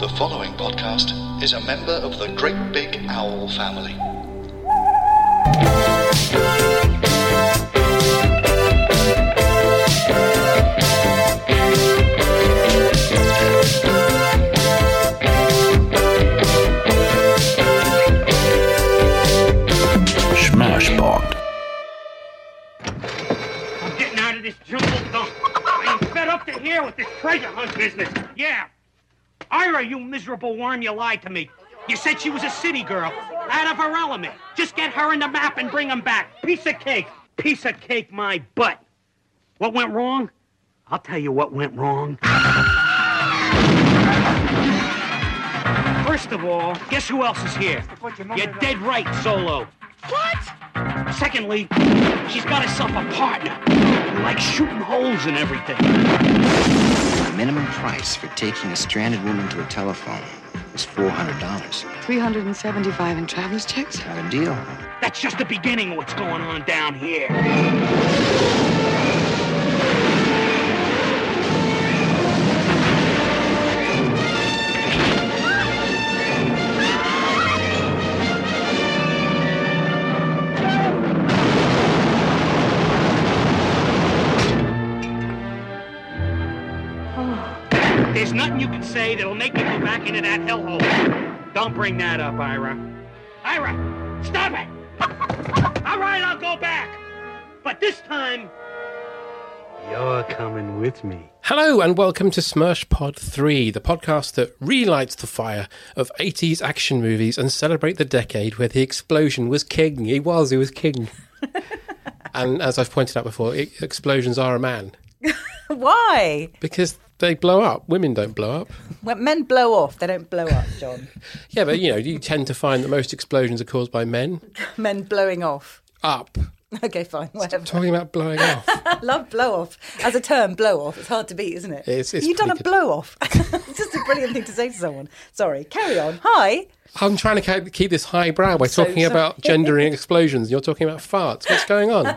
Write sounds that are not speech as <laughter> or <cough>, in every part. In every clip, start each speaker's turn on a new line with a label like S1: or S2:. S1: The following podcast is a member of the Great Big Owl family.
S2: Smashbox.
S3: I'm getting out of this jungle dump. I am fed up to here with this treasure hunt business. Yeah. Ira, you miserable worm, you lied to me. You said she was a city girl, out of her element. Just get her in the map and bring him back. Piece of cake. Piece of cake, my butt. What went wrong? I'll tell you what went wrong. First of all, guess who else is here? You're dead right, Solo. What? Secondly, she's got herself a partner. Like shooting holes in everything.
S4: The minimum price for taking a stranded woman to a telephone is $400.
S5: 375 in traveler's checks?
S4: Not a deal.
S3: That's just the beginning of what's going on down here. There's nothing you can say that'll make me go back into that hellhole. Don't bring that up, Ira. Ira, stop it! <laughs> All right, I'll go back. But this time, you're coming with me.
S6: Hello and welcome to Smirsh Pod 3, the podcast that relights the fire of 80s action movies and celebrate the decade where the explosion was king. He was, he was
S7: <laughs>
S6: king. and as I've pointed out before, e explosions are a man
S7: <laughs> Why?
S6: because they blow up. Women don't blow up.
S7: When men blow off, they don't blow up, John.
S6: Yeah, but you know, you tend to find that most explosions are caused by men.
S7: men blowing off.
S6: Up.
S7: Okay, fine, whatever.
S6: Talking about
S7: <laughs>
S6: blowing off.
S7: I love blow off as a term. Blow off. It's hard to beat, isn't it?
S6: It's- it's
S7: You've done a
S6: pretty good.
S7: blow off. it's just a brilliant thing to say to someone. Sorry. Carry on. Hi.
S6: I'm trying to ke- keep this high brow by
S7: So
S6: talking
S7: sorry.
S6: about gender and explosions. You're talking about farts. What's going
S7: <laughs>
S6: on?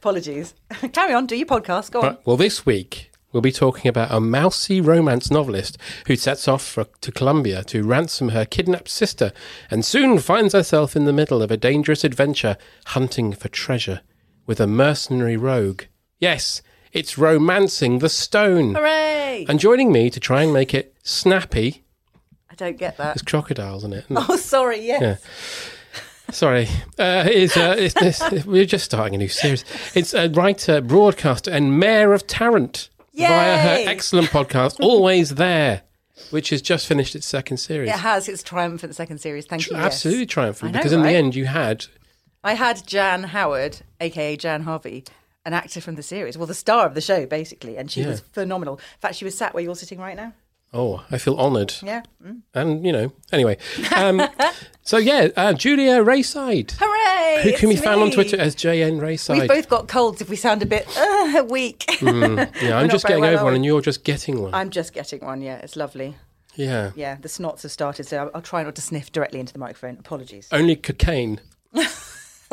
S7: Apologies. Carry on. Do your podcast. Go on.
S6: Right, well, this week we'll be talking about a mousy romance novelist who sets off for, to Colombia to ransom her kidnapped sister and soon finds herself in the middle of a dangerous adventure hunting for treasure with a mercenary rogue. Yes, it's Romancing the Stone.
S7: Hooray!
S6: And joining me to try and make it snappy
S7: I don't get that. <laughs>
S6: is crocodiles in it. isn't it?
S7: Oh, sorry. Yes.
S6: Yeah. Sorry, uh, it's, uh, it's, it's- we're just starting a new series. It's a writer, broadcaster, and mayor of Tarrant via
S7: Yay!
S6: her excellent podcast,
S7: <laughs>
S6: Always There, which has just finished its second series.
S7: It has its triumphant second series. Thank you. yes.
S6: Absolutely triumphant
S7: I know,
S6: because in
S7: right?
S6: the end you had
S7: I had Jan Howard, aka Jan Harvey, an actor from the series, well, the star of the show, basically, and she
S6: Yeah.
S7: was phenomenal. In fact, she was sat where you're sitting right now.
S6: oh I feel honoured
S7: Yeah. Mm.
S6: and you know
S7: <laughs>
S6: anyway um, so yeah uh, Julia Rayside
S7: Hooray!
S6: who can
S7: it's
S6: be found on
S7: me.
S6: Twitter as JN Rayside
S7: We've both got colds if we sound a bit uh, weak.
S6: Mm. yeah I'm
S7: not
S6: just
S7: very
S6: getting
S7: well,
S6: over
S7: are
S6: one
S7: we?
S6: and you're just getting one
S7: <laughs> I'm just getting one, yeah. It's lovely.
S6: yeah.
S7: Yeah, the snots have started, so I'll, I'll try not to sniff directly into the microphone. Apologies. <laughs>
S6: only cocaine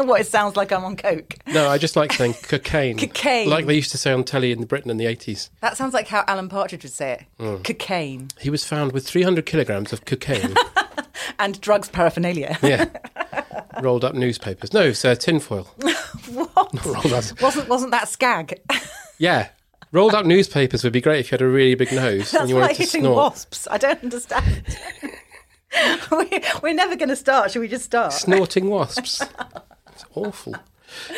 S7: what, it sounds like I'm on Coke.
S6: No, I just like saying cocaine.
S7: Cocaine.
S6: Like they used to say on telly in Britain in the 80s.
S7: That sounds like how Alan Partridge would say it cocaine
S6: He was found with 300 kilograms of cocaine.
S7: and drugs paraphernalia. <laughs>
S6: yeah. Rolled up newspapers. No, it's uh, tinfoil.
S7: what?
S6: Rolled up.
S7: Wasn't, wasn't that scag?
S6: Yeah. Rolled up newspapers would be great if you had a really big nose and
S7: <laughs> That's
S6: you
S7: like
S6: wanted to
S7: hitting
S6: snort.
S7: wasps. I don't understand. <laughs> we, we're never going to start. Should we just start?
S6: Snorting wasps. It's awful.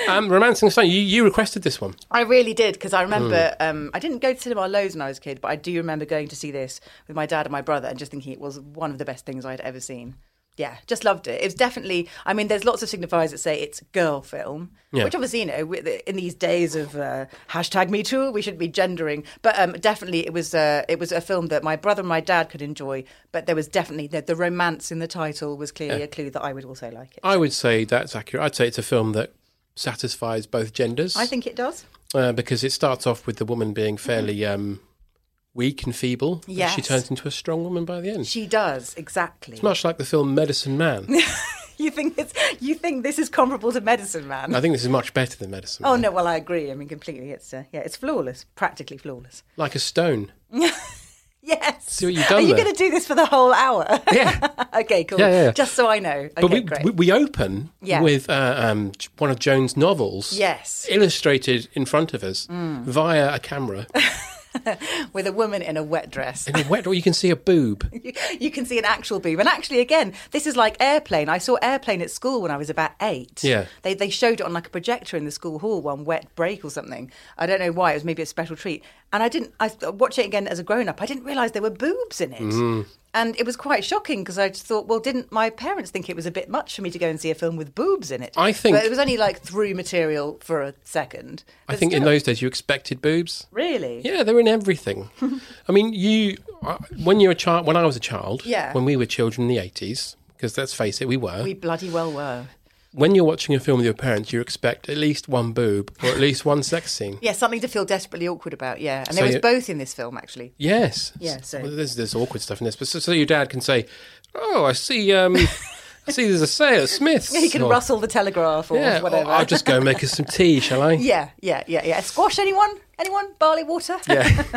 S6: Um, Romancing Stone, you, you requested this one.
S7: I really did because I remember
S6: Hmm.
S7: um, I didn't go to cinema loads when I was a kid, but I do remember going to see this with my dad and my brother and just thinking it was one of the best things I'd ever seen. Yeah, just loved it. It was definitely. I mean, there's lots of signifiers that say it's girl film,
S6: Yeah.
S7: which obviously you know with- in these days of uh, hashtag Me Too, we shouldn't be gendering. But um, definitely, it was uh, it was a film that my brother and my dad could enjoy. But there was definitely the, the romance in the title was clearly a clue that I would also like it.
S6: I would say that's accurate. I'd say it's a film that satisfies both genders.
S7: I think it does.
S6: uh, because it starts off with the woman being fairly um, weak and feeble. but she
S7: Mm-hmm. Yes.
S6: turns into a strong woman by the end.
S7: She does exactly.
S6: It's much like the film Medicine
S7: <laughs>
S6: Man.
S7: You think it's you think this is comparable to Medicine Man?
S6: I think this is much better than Medicine
S7: oh
S6: Man.
S7: no, well I agree. I mean, completely. It's uh, yeah, it's flawless, practically flawless.
S6: Like a
S7: <laughs>
S6: stone.
S7: Yes.
S6: See what you've done
S7: Are you
S6: there.
S7: going to do this for the whole hour? <laughs>
S6: Yeah.
S7: okay, cool.
S6: Yeah, yeah, yeah.
S7: Just so I know. Okay,
S6: But we,
S7: great.
S6: we we open
S7: Yeah.
S6: with uh, um, one of Joan's novels.
S7: Yes. Mm.
S6: Illustrated in front of us via a camera
S7: With a woman in a wet dress.
S6: in a wet, or you can see a
S7: <laughs>
S6: boob.
S7: You- You can see an actual boob. And actually, again, this is like Airplane. I saw Airplane at school when I was about eight.
S6: Yeah.
S7: They, they showed it on like a projector in the school hall one wet break or something. I don't know why. It was maybe a special treat. And I didn't, I watched it again as a grown up. I didn't realise there were boobs in it.
S6: Mm-hmm.
S7: And it was quite shocking because I just thought, well, didn't my parents think it was a bit much for me to go and see a film with boobs in it?
S6: I think-
S7: But it was only like through material for a second.
S6: I
S7: But
S6: think in
S7: still,
S6: those days you expected boobs.
S7: Really?
S6: Yeah, they're in
S7: <laughs>
S6: everything. I mean, you I- when you're a child, when I was a child,
S7: Yeah.
S6: when we were children in the eighties, because let's face it, we were.
S7: We bloody well were.
S6: When you're watching a film with your parents, you expect at least one boob or at least one sex
S7: <laughs>
S6: scene.
S7: Yeah, something to feel desperately awkward about. Yeah. And
S6: So
S7: there was
S6: you-
S7: both in this film, actually.
S6: Yes.
S7: Yeah, so-
S6: Well, there's there's awkward stuff in this, but so, so your dad can say, "Oh, I see, um, I see, there's a sale at
S7: <laughs>
S6: Smith's."
S7: Yeah, you can
S6: or-
S7: rustle the telegraph or
S6: Yeah, or
S7: whatever.
S6: I'll just go and make us some tea, shall I?
S7: <laughs> yeah, yeah, yeah, yeah. Squash anyone? Anyone? Barley water?
S6: Yeah.
S7: <laughs>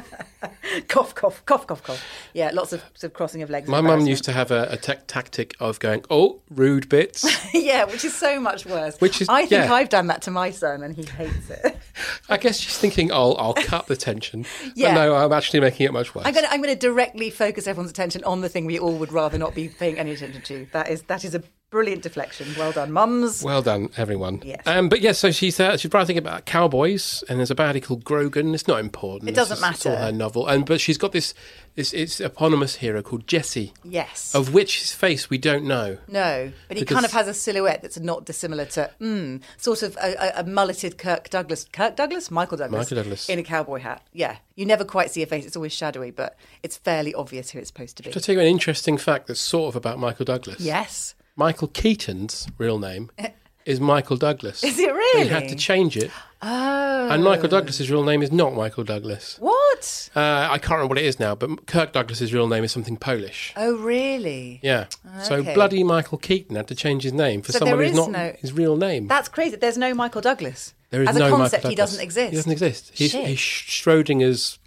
S7: cough, cough, cough, cough, cough. Yeah, lots of, sort of crossing of legs.
S6: My mum used
S7: <laughs>
S6: to have a, a tac- tactic of going, "Oh, rude bits."
S7: yeah, which is so much worse.
S6: Which is-
S7: I think
S6: yeah.
S7: I've done that to my son and he hates it. <laughs>
S6: I guess she's thinking, "Oh, I'll cut the tension."
S7: Yeah.
S6: But no, I'm actually making it much worse.
S7: I'm going to I'm going to directly focus everyone's attention on the thing we all would rather not be paying any attention to. That is that is a brilliant deflection. Well done, mums.
S6: Well done, everyone.
S7: Yes.
S6: Um, but yes, so she's uh, she's writing about cowboys, and there's a baddie called Grogan. It's not important.
S7: It doesn't
S6: It's just- It's all
S7: matter.
S6: her novel, and but she's got this this it's eponymous hero called Jesse,
S7: Yes.
S6: of which his face we don't know.
S7: No, but he kind
S6: Because-
S7: of has a silhouette that's not dissimilar to, mm, sort of a, a, a mulleted Kirk Douglas. Kirk Douglas? Michael Douglas.
S6: Michael Douglas.
S7: In a cowboy hat. Yeah. You never quite see a face. It's always shadowy, but it's fairly obvious who it's supposed to be.
S6: Should I tell you an interesting fact that's sort of about Michael Douglas?
S7: Yes.
S6: Michael Keaton's real name
S7: <laughs>
S6: is Michael Douglas.
S7: Is it
S6: They had to
S7: really? Uh.
S6: change it. Oh. And Michael Douglas's real name is not Michael Douglas.
S7: What?
S6: Uh, I can't remember what it is now, but Kirk Douglas's real name is something Polish.
S7: Oh, really?
S6: Yeah. So
S7: Okay.
S6: bloody Michael Keaton had to change his name for
S7: So
S6: someone
S7: there
S6: who's
S7: is
S6: not
S7: no-
S6: his real name.
S7: That's crazy. There's no Michael Douglas.
S6: there is
S7: As
S6: no
S7: a
S6: Michael
S7: concept, he
S6: Douglas.
S7: doesn't exist.
S6: He doesn't exist. He's,
S7: Shit.
S6: he's
S7: <laughs>
S6: Schrodinger's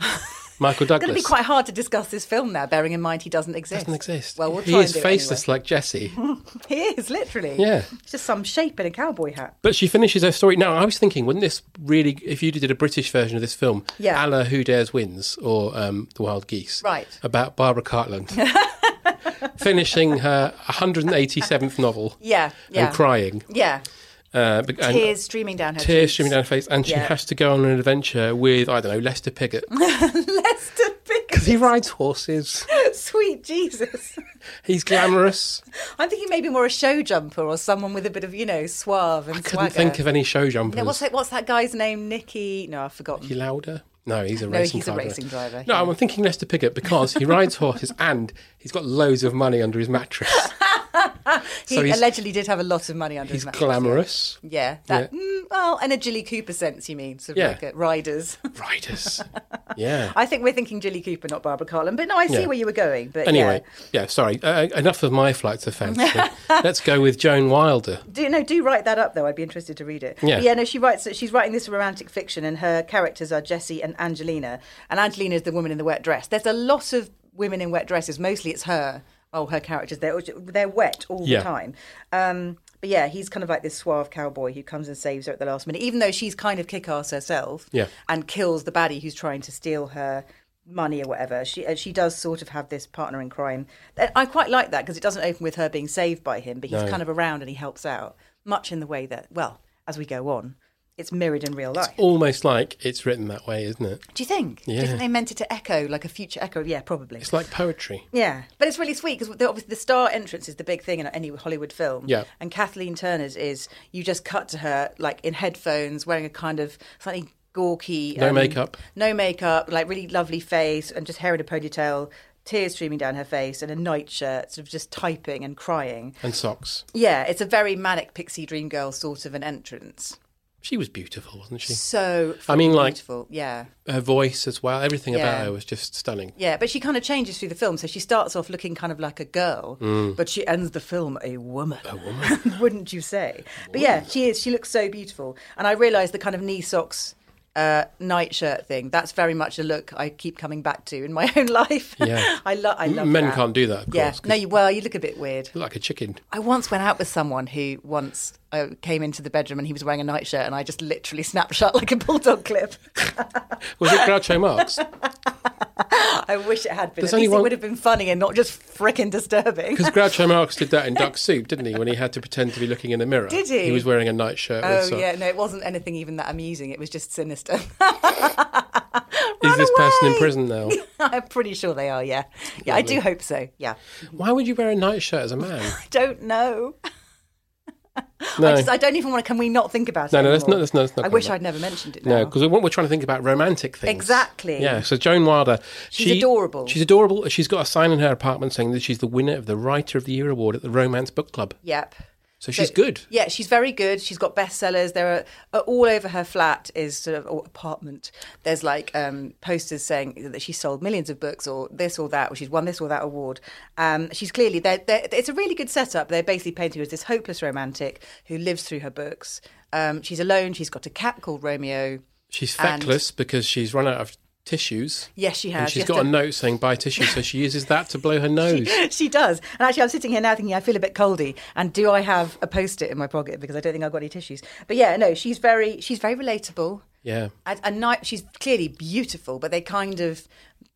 S6: Michael Douglas.
S7: It's going to be quite hard to discuss this film now, bearing in mind he doesn't exist.
S6: doesn't exist.
S7: Well, we'll
S6: he
S7: try
S6: is
S7: and do it
S6: faceless like Jesse.
S7: anyway. <laughs> He is literally.
S6: Yeah.
S7: It's just some shape in a cowboy hat.
S6: But she finishes her story. Now, I was thinking, wouldn't this really, if you did a British version of this film, a
S7: Yeah.
S6: la Who Dares Wins or um, The Wild Geese,
S7: Right.
S6: about Barbara
S7: <laughs>
S6: Cartland finishing her 187th novel
S7: Yeah. Yeah.
S6: and crying.
S7: Yeah.
S6: Uh, be- and-
S7: Tears streaming down her
S6: tears
S7: cheeks.
S6: streaming
S7: <laughs>
S6: down her face, and she
S7: Yeah.
S6: has to go on an adventure with I don't know Lester Piggott
S7: <laughs> Lester
S6: because
S7: Piggott.
S6: he rides horses.
S7: <laughs> Sweet Jesus.
S6: <laughs> He's
S7: <laughs>
S6: glamorous.
S7: I'm thinking maybe more a show jumper or someone with a bit of, you know, suave and
S6: I couldn't
S7: swagger.
S6: think of any show jumpers.
S7: No, what's, that, what's that guy's name? Nicky? No, I've forgotten.
S6: He louder? No, he's a
S7: No,
S6: racing.
S7: he's a
S6: car
S7: racing driver,
S6: No,
S7: yeah.
S6: I'm thinking Lester Piggott because he rides
S7: <laughs>
S6: horses and he's got loads of money under his mattress.
S7: He
S6: so he's-
S7: allegedly did have a lot of money under
S6: He's
S7: his mattress. <laughs>
S6: glamorous.
S7: Yeah. That, Mm, well, in a Jilly Cooper sense, you mean? Sort of
S6: Yeah.
S7: like a riders. <laughs>
S6: Riders. Yeah.
S7: I think we're thinking Jilly Cooper, not Barbara Carlin. But no, I see
S6: Yeah.
S7: where you were going. But
S6: Anyway,
S7: yeah.
S6: yeah, sorry. Uh, enough of my flights of
S7: <laughs>
S6: fancy. Let's go with Joan Wilder.
S7: Do no, do write that up though. I'd be interested to read it.
S6: Yeah.
S7: But yeah, no, she writes that she's writing this romantic fiction, and her characters are Jessie and Angelina, and Angelina is the woman in the wet dress. There's a lot of women in wet dresses. Mostly, it's her. Oh, her characters. They're they're wet all
S6: Yeah.
S7: the time. Um, but But yeah, he's kind of like this suave cowboy who comes and saves her at the last minute, even though she's kind of kick ass herself
S6: Yeah.
S7: and kills the baddie who's trying to steal her money or whatever. She uh, she does sort of have this partner in crime. And I quite like that because it doesn't open with her being saved by him, but he's kind of around and he helps out, much in the way that, well, as we go on, it's mirrored in real life.
S6: Almost like it's written that way, isn't it?
S7: Do you think? Do you
S6: Yeah.
S7: think they meant it to echo, like a future echo? Yeah, probably.
S6: It's like poetry.
S7: Yeah, but it's really sweet because obviously the star entrance is the big thing in any Hollywood film.
S6: Yeah.
S7: and Kathleen Turner's is you just cut to her like in headphones, wearing a kind of slightly gawky, um,
S6: No makeup.
S7: no makeup, like really lovely face, and just hair in a ponytail, tears streaming down her face, and a nightshirt, sort of just typing and crying.
S6: And socks.
S7: Yeah, it's a very manic pixie dream girl sort of an entrance.
S6: She was beautiful, wasn't she?
S7: So
S6: I mean,
S7: freaking
S6: like-
S7: beautiful. yeah.
S6: Her voice as well. Everything
S7: Yeah.
S6: about her was just stunning.
S7: Yeah, but she kind of changes through the film. So she starts off looking kind of like a girl,
S6: Mm.
S7: but she ends the film a woman. <laughs> A woman, wouldn't you say? But yeah, she is. She looks so beautiful, and I realise the kind of knee socks. Uh, nightshirt thing. That's very much a look I keep coming back to in my <laughs> own life.
S6: Yeah.
S7: <laughs> I, lo- I love
S6: Men
S7: that.
S6: can't do that, of
S7: yeah.
S6: course, 'cause-
S7: No, you well, you look a bit weird.
S6: Like a chicken.
S7: I once went out with someone who once uh, came into the bedroom and he was wearing a nightshirt and I just literally <laughs> snapped shut like a bulldog clip.
S6: Was it Groucho
S7: <laughs>
S6: Marx?
S7: I wish it had been.
S6: There's
S7: At
S6: only
S7: least
S6: one-
S7: it would have been funny and not just frickin' disturbing.
S6: Because Groucho Marx did that in Duck Soup, didn't he? When he had to pretend to be looking in a mirror.
S7: Did he?
S6: He was wearing a nightshirt. with
S7: <laughs> Oh
S6: socks.
S7: yeah, no, it wasn't anything even that amusing. It was just sinister. <laughs>
S6: Is this person in
S7: away! <laughs>
S6: prison now?
S7: I'm pretty sure they are. Yeah, yeah, I do hope so. Yeah,
S6: Why would you wear a nightshirt as a man?
S7: I don't know.
S6: No.
S7: <laughs> I, just, I don't even want to. Can we not think about
S6: No,
S7: it?
S6: no, let's
S7: anymore?
S6: not- let's not- let's not
S7: I
S6: go
S7: wish
S6: back.
S7: I'd never mentioned it. Now.
S6: No, because what we're trying to think about romantic things.
S7: Exactly.
S6: Yeah. So Joan Wilder,
S7: She's adorable.
S6: She's adorable. She's got a sign in her apartment saying that she's the winner of the Writer of the Year award at the Romance Book Club.
S7: Yep.
S6: So she's
S7: So-
S6: good.
S7: Yeah, she's very good. She's got bestsellers. There are uh, all over her flat is sort of or apartment. There's like um, posters saying that she sold millions of books or this or that, or she's won this or that award. Um, she's clearly there. It's a really good setup. They're basically painting her as this hopeless romantic who lives through her books. Um, she's alone. She's got a cat called Romeo.
S6: She's
S7: And-
S6: feckless because she's run out of tissues.
S7: Yes, she has.
S6: And
S7: She
S6: she's
S7: has
S6: got
S7: to-
S6: a note saying buy tissues, so she uses that to blow her nose.
S7: <laughs> she does. And actually, I'm sitting here now thinking I feel a bit coldy. And do I have a post-it in my pocket because I don't think I've got any tissues? But yeah, no, she's very she's very relatable.
S6: yeah.
S7: A, a night she's clearly beautiful, but they kind of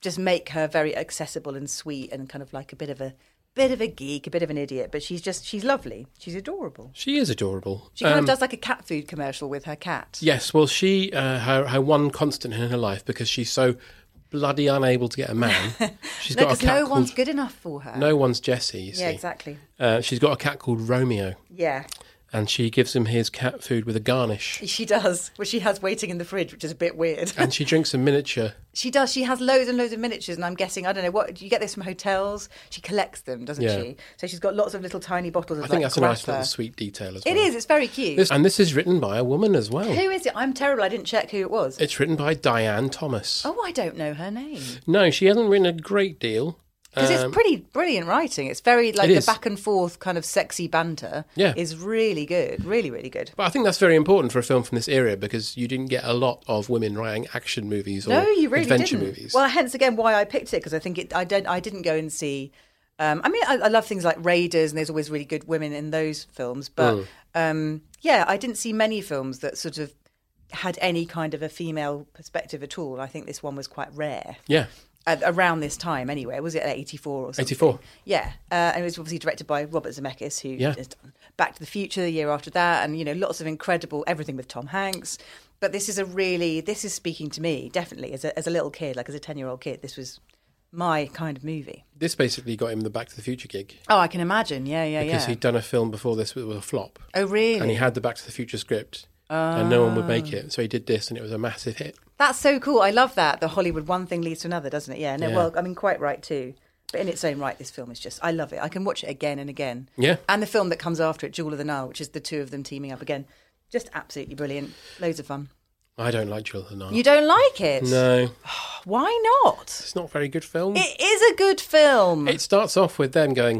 S7: just make her very accessible and sweet and kind of like a bit of a bit of a geek, a bit of an idiot. But she's just she's lovely. She's adorable.
S6: She is adorable.
S7: She kind
S6: Um,
S7: of does like a cat food commercial with her cat.
S6: Yes, well, she uh, her her one constant in her life because she's so bloody unable to get a
S7: <laughs>
S6: man. She's
S7: no,
S6: got a
S7: because
S6: cat
S7: no
S6: called
S7: one's good enough for her.
S6: no one's Jesse. you see.
S7: Yeah, exactly.
S6: Uh, she's got a cat called Romeo,
S7: Yeah,
S6: and she gives him his cat food with a garnish,
S7: she does. Which she has waiting in the fridge, which is a bit weird.
S6: and she drinks a miniature.
S7: <laughs> She does. She has loads and loads of miniatures, and I'm guessing I don't know what do you get this from hotels. She collects them, doesn't
S6: Yeah.
S7: she? So she's got lots of little tiny bottles. Of
S6: I think
S7: like,
S6: that's a nice
S7: grappa.
S6: little sweet detail as well.
S7: It is. It's very cute.
S6: This, and this is written by a woman as well.
S7: Who is it? I'm terrible. I didn't check who it was.
S6: It's written by Diane Thomas.
S7: Oh, I don't know her name
S6: No, she hasn't written a great deal.
S7: because
S6: Um,
S7: it's pretty brilliant writing. It's very like
S6: It
S7: the
S6: is.
S7: back and forth kind of sexy banter.
S6: Yeah.
S7: is really good. Really, really good.
S6: But I think that's very important for a film from this era because you didn't get a lot of women writing action movies or
S7: No, you really
S6: adventure
S7: didn't.
S6: movies.
S7: Well, hence again why I picked it because I think it. I don't. I didn't go and see. Um, I mean, I, I love things like Raiders, and there's always really good women in those films. But
S6: Mm.
S7: um, yeah, I didn't see many films that sort of had any kind of a female perspective at all. I think this one was quite rare.
S6: yeah,
S7: at, around this time anyway. Was it at 84 or something?
S6: 84.
S7: Yeah. Uh, and it was obviously directed by Robert Zemeckis, who
S6: Yeah.
S7: has done Back to the Future the year after that, and, you know, lots of incredible everything with Tom Hanks. But this is a really, this is speaking to me, definitely, as a, as a little kid, like as a 10 year old kid. This was my kind of movie.
S6: this basically got him the Back to the Future gig
S7: Oh, I can imagine. Yeah, yeah,
S6: because
S7: yeah.
S6: he'd done a film before this that was a flop.
S7: oh, really? Ah.
S6: And he had the Back to the Future script, and no one would make it. So he did this, and it was a massive hit.
S7: That's so cool. I love that. The Hollywood one thing leads to another, doesn't it? Yeah. No,
S6: Yeah.
S7: well, I mean, quite right too. But in its own right, this film is just, I love it. I can watch it again and again.
S6: Yeah.
S7: And the film that comes after it, Jewel of the Nile, which is the two of them teaming up again. Just absolutely brilliant. Loads of fun.
S6: I don't like Jewel of the Nile.
S7: You don't like it?
S6: No,
S7: Why not?
S6: it's not a very good film. It,
S7: It is a good film.
S6: starts off with them going,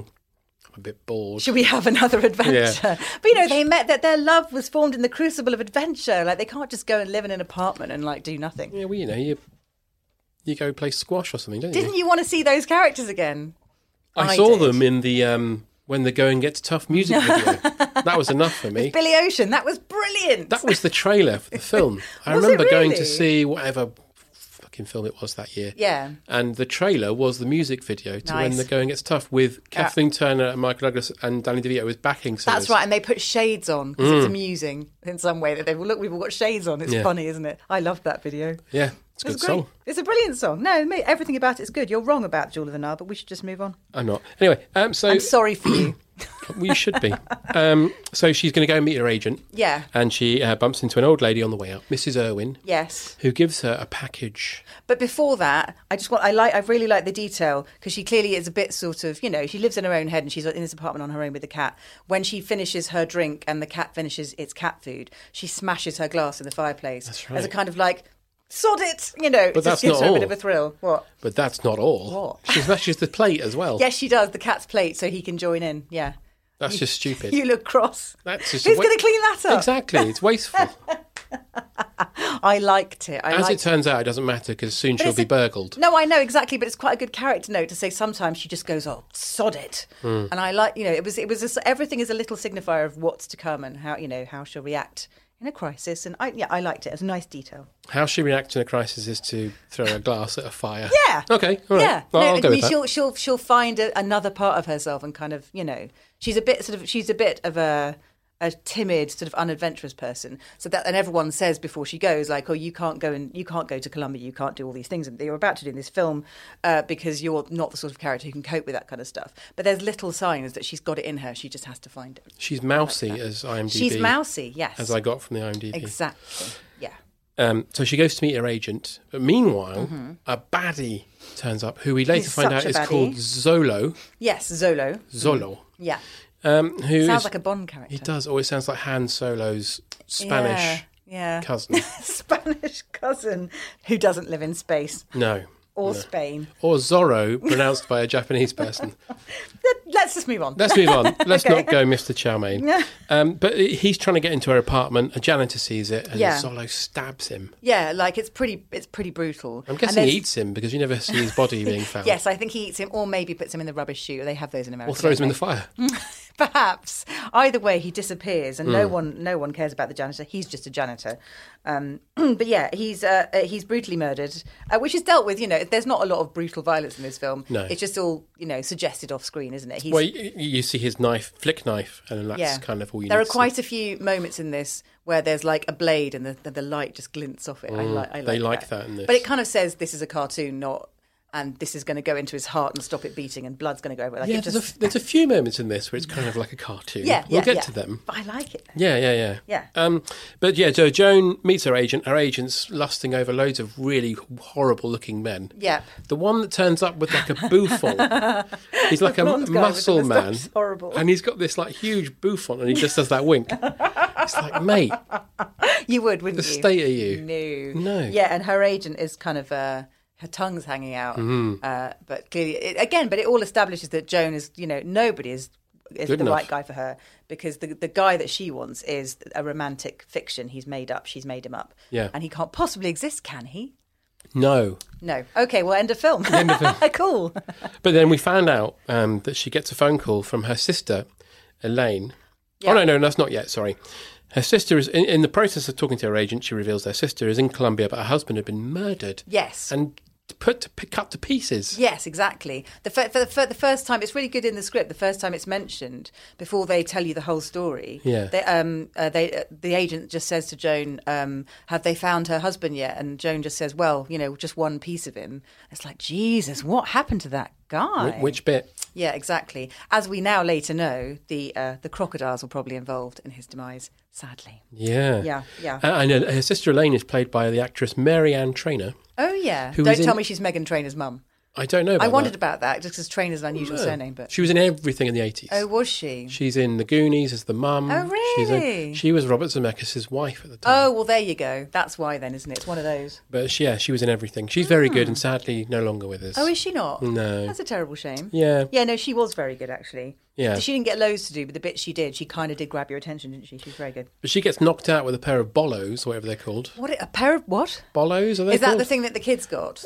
S6: "I'm a bit bored."
S7: Should we have another adventure? But you know, they met that their love was formed in the crucible of adventure. Like they can't just go and live in an apartment and like do nothing.
S6: Yeah, well, you know, you you go play squash or something, don't you?
S7: Didn't you want to see those characters again?
S6: I,
S7: I
S6: saw
S7: did.
S6: them in the um, when the going gets tough
S7: <laughs>
S6: music video. that was enough for me.
S7: Billy Ocean, that was brilliant.
S6: That was the trailer
S7: <laughs>
S6: for the film. I
S7: Was it
S6: remember going to
S7: really?
S6: see whatever fucking film it was that year.
S7: Yeah.
S6: And the trailer was the music video to When
S7: Nice. Uh,
S6: the Going Gets Tough with Kathleen Turner and Michael Douglas and Danny DeVito as backing singers.
S7: That's right, and they put shades on because it's amusing in some way that they look. We've all got shades on. It's
S6: Mm. Yeah.
S7: funny, isn't it? I love that video.
S6: Yeah, it's a good
S7: It's great.
S6: song.
S7: It's a brilliant song. No, mate, everything about it's good. You're wrong about Jewel of the Nile, but we should just move on.
S6: I'm not. Anyway, um, so <laughs>
S7: I'm sorry
S6: <clears throat>
S7: for you.
S6: we should be. Um, so she's going to go and meet her agent.
S7: Yeah.
S6: And she uh, bumps into an old lady on the way out, Mrs. Irwin,
S7: Yes,
S6: who gives her a package.
S7: but before that, I just want I like I really like the detail because she clearly is a bit sort of you know she lives in her own head and she's in this apartment on her own with the cat. When she finishes her drink and the cat finishes its cat food, she smashes her glass in the fireplace
S6: That's
S7: as a
S6: right.
S7: kind of like sod it, you know.
S6: But
S7: it just
S6: that's
S7: gives
S6: not
S7: her a bit
S6: all.
S7: of a thrill. What?
S6: But that's not all.
S7: What?
S6: She smashes the plate as well.
S7: <laughs> Yes, she does. The cat's plate, so he can join in. Yeah.
S6: That's just stupid.
S7: <laughs> You look cross.
S6: That's just
S7: Who's
S6: wa-
S7: going to clean that up?
S6: Exactly. It's
S7: <laughs>
S6: wasteful.
S7: I liked it. I
S6: As
S7: liked
S6: it turns out, it doesn't matter because soon
S7: But
S6: she'll
S7: it's
S6: be
S7: a-
S6: burgled.
S7: No, I know exactly, but it's quite a good character note to say. Sometimes she just goes, "Oh, sod it,"
S6: Hmm.
S7: and I like, you know, it was, it was, just, everything is a little signifier of what's to come and how, you know, how she'll react in a crisis. And I, yeah, I liked it. It was a nice detail.
S6: How she reacts in a crisis is to throw a glass at a fire.
S7: Yeah.
S6: Okay. All right.
S7: Yeah.
S6: Well,
S7: no,
S6: I'll go with
S7: I mean,
S6: that.
S7: she'll she'll she'll find a, another part of herself and kind of you know she's a bit sort of she's a bit of a a timid sort of unadventurous person. So that and everyone says before she goes like, oh, you can't go and you can't go to Colombia, you can't do all these things that you're about to do in this film uh, because you're not the sort of character who can cope with that kind of stuff. But there's little signs that she's got it in her. She just has to find it.
S6: She's mousy as IMDb.
S7: She's mousy, yes,
S6: As I got from the IMDb.
S7: exactly, yeah.
S6: Um, so she goes to meet her agent. But meanwhile, a baddie turns up who we later
S7: Mm-hmm. He's
S6: find
S7: such
S6: out
S7: a
S6: is
S7: baddie.
S6: called Zolo.
S7: Yes, Zolo.
S6: Zolo.
S7: Yeah,
S6: Um, who
S7: sounds
S6: is-
S7: like a Bond character.
S6: He does. Always sounds like Han Solo's Spanish
S7: yeah, yeah. <laughs>
S6: cousin.
S7: Spanish cousin who doesn't live in space
S6: No.
S7: or Spain.
S6: Or Zorro, pronounced by a Japanese person.
S7: Let- Let's just move on.
S6: Let's move on. Let's not go Mr. Chow Mein. Um, but he's trying to get into her apartment. A janitor sees it, and
S7: Yeah.
S6: Zolo stabs him.
S7: <laughs> yeah, like it's pretty, it's pretty brutal.
S6: I'm
S7: And
S6: guessing he
S7: there's-
S6: eats him because you never see his
S7: <laughs>
S6: body being found.
S7: Yes, I think he eats him, or maybe puts him in the rubbish chute. They have those in America.
S6: Or throws him
S7: don't
S6: in the fire.
S7: they? Perhaps. Either way, he disappears, and no
S6: Hmm.
S7: one, no one cares about the janitor. He's just a janitor. Um, <clears throat> but yeah, he's uh, uh, he's brutally murdered, uh, which is dealt with. You know, there's not a lot of brutal violence in this film.
S6: No.
S7: it's just all you know suggested off screen, isn't it? He's,
S6: Well, you, you see his knife, flick knife, and that's kind of all you
S7: There
S6: need
S7: are
S6: to see.
S7: quite a few moments in this where there's like a blade and the, the, the light just glints off it. I, li- I like
S6: Mm, they like that in this.
S7: But it kind of says this is a cartoon, not and this is going to go into his heart and stop it beating and blood's going to go everywhere. Like
S6: yeah,
S7: it
S6: there's,
S7: just,
S6: a, there's a few moments in this where it's kind of like a cartoon.
S7: yeah,
S6: We'll
S7: yeah,
S6: get
S7: yeah.
S6: to them.
S7: But I like it.
S6: Yeah, yeah, yeah.
S7: Yeah.
S6: Um, but yeah, so Joan meets her agent. Her agent's lusting over loads of really horrible looking men.
S7: Yep.
S6: The one that turns up with like a
S7: <laughs>
S6: bouffon. he's like a
S7: blonde guy with
S6: muscle
S7: the
S6: man.
S7: moustache. Horrible.
S6: And he's got this like huge bouffon and he just does that wink. It's like, mate,
S7: You would, wouldn't
S6: the
S7: you?
S6: state of you.
S7: No.
S6: No.
S7: Yeah, and her agent is kind of uh, her tongue's hanging out.
S6: Mm-hmm.
S7: Uh, but clearly, it, again, but it all establishes that Joan is, you know, nobody is is
S6: Good
S7: the
S6: enough.
S7: right guy for her because the the guy that she wants is a romantic fiction. He's made up. She's made him up.
S6: Yeah.
S7: And he can't possibly exist, can he?
S6: No.
S7: No. Okay. Well, end of film. <laughs> cool.
S6: But then we found out um, that she gets a phone call from her sister, Elaine. Oh, no, no, that's not yet. Sorry. Her sister is in, in the process of talking to her agent. She reveals their sister is in Colombia, but her husband had been murdered.
S7: Yes.
S6: And put to pick up to pieces.
S7: Yes, exactly. The fir- for, the for the first time, it's really good in the script. The first time it's mentioned, before they tell you the whole story,
S6: Yeah.
S7: they, um, uh, they, uh, the agent just says to Joan, um, "Have they found her husband yet?" And Joan just says, "Well, you know, just one piece of him." It's like Jesus, what happened to that guy?
S6: Wh- Which bit?
S7: yeah, exactly. As we now later know, the uh, the crocodiles were probably involved in his demise. Sadly.
S6: Yeah.
S7: Yeah, yeah.
S6: Uh, and uh, her sister Elaine is played by the actress Mary Ann Trainer.
S7: Oh yeah.
S6: Who was
S7: Don't
S6: in-
S7: tell me she's Megan Trainor's mum.
S6: I don't know. About
S7: I wondered
S6: that.
S7: about that just because Trainor's an unusual surname, but
S6: she was in everything in the eighties.
S7: oh, was she?
S6: She's in The Goonies as the mum.
S7: Oh,
S6: She's in-
S7: really?
S6: she was Robert Zemeckis' wife at the time.
S7: Oh well, there you go. That's why then, isn't it? It's one of those.
S6: But she, yeah, she was in everything. She's very good and sadly no longer with us.
S7: Hmm. Oh, is she not?
S6: No.
S7: That's a terrible shame.
S6: Yeah.
S7: Yeah, no, she was very good actually.
S6: Yeah.
S7: She didn't get loads to do, but the bit she did, she kind of did grab your attention, didn't she? She was very good.
S6: But she gets knocked out with a pair of bolos, whatever they're called.
S7: What a pair of what?
S6: Bolos, are they
S7: Is that
S6: called?
S7: the thing that the kids got?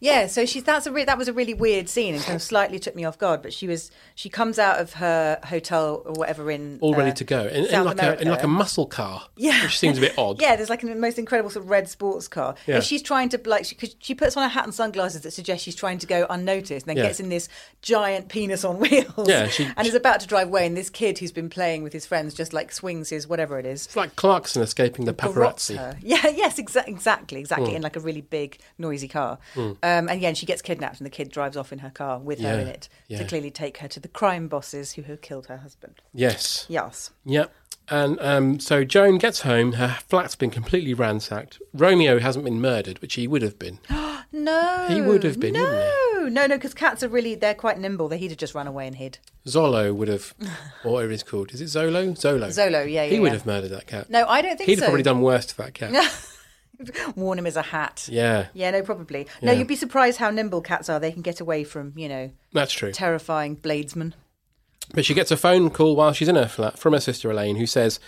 S7: Yeah, so she's that's a re- that was a really weird scene and kind of slightly took me off guard. But she was she comes out of her hotel or whatever in
S6: All
S7: uh,
S6: ready to go. In, in
S7: South
S6: like a, in
S7: America.
S6: like a muscle car.
S7: Yeah,
S6: Which seems a bit odd.
S7: <laughs> yeah, there's like a most incredible sort of red sports car.
S6: Yeah.
S7: And she's trying to like she, 'cause she puts on a hat and sunglasses that suggests she's trying to go unnoticed, and then
S6: Yeah.
S7: gets in this giant penis on wheels.
S6: Yeah, she-
S7: and is about to drive away, and this kid who's been playing with his friends just like swings his whatever it is.
S6: It's like Clarkson escaping the
S7: garrots
S6: paparazzi. Hmm.
S7: her. Yeah, <laughs> yes, exa- exactly, exactly. In like a really big, noisy car. Um, and yeah, and she gets kidnapped, and the kid drives off in her car with her
S6: Yeah,
S7: in it
S6: yeah.
S7: to clearly take her to the crime bosses who have killed her husband.
S6: Yes.
S7: Yes.
S6: Yep. And um, so Joan gets home. Her flat's been completely ransacked. Romeo hasn't been murdered, which he would have been.
S7: No.
S6: He would have been,
S7: No,
S6: wouldn't
S7: no, no, because cats are really, they're quite nimble. They, he'd have just run away and hid. <gasps>
S6: Zolo would have, <laughs> or whatever it's called. Is it Zolo? Zolo.
S7: Zolo, yeah, yeah,
S6: He would
S7: yeah.
S6: have murdered that cat.
S7: No, I don't think
S6: He'd
S7: so.
S6: have probably done worse to that cat.
S7: <laughs> Worn him as a hat.
S6: yeah.
S7: Yeah, no, probably. No,
S6: Yeah.
S7: you'd be surprised how nimble cats are. They can get away from, you know,
S6: That's true.
S7: terrifying bladesmen.
S6: But she gets a phone call while she's in her flat from her sister Elaine, who says,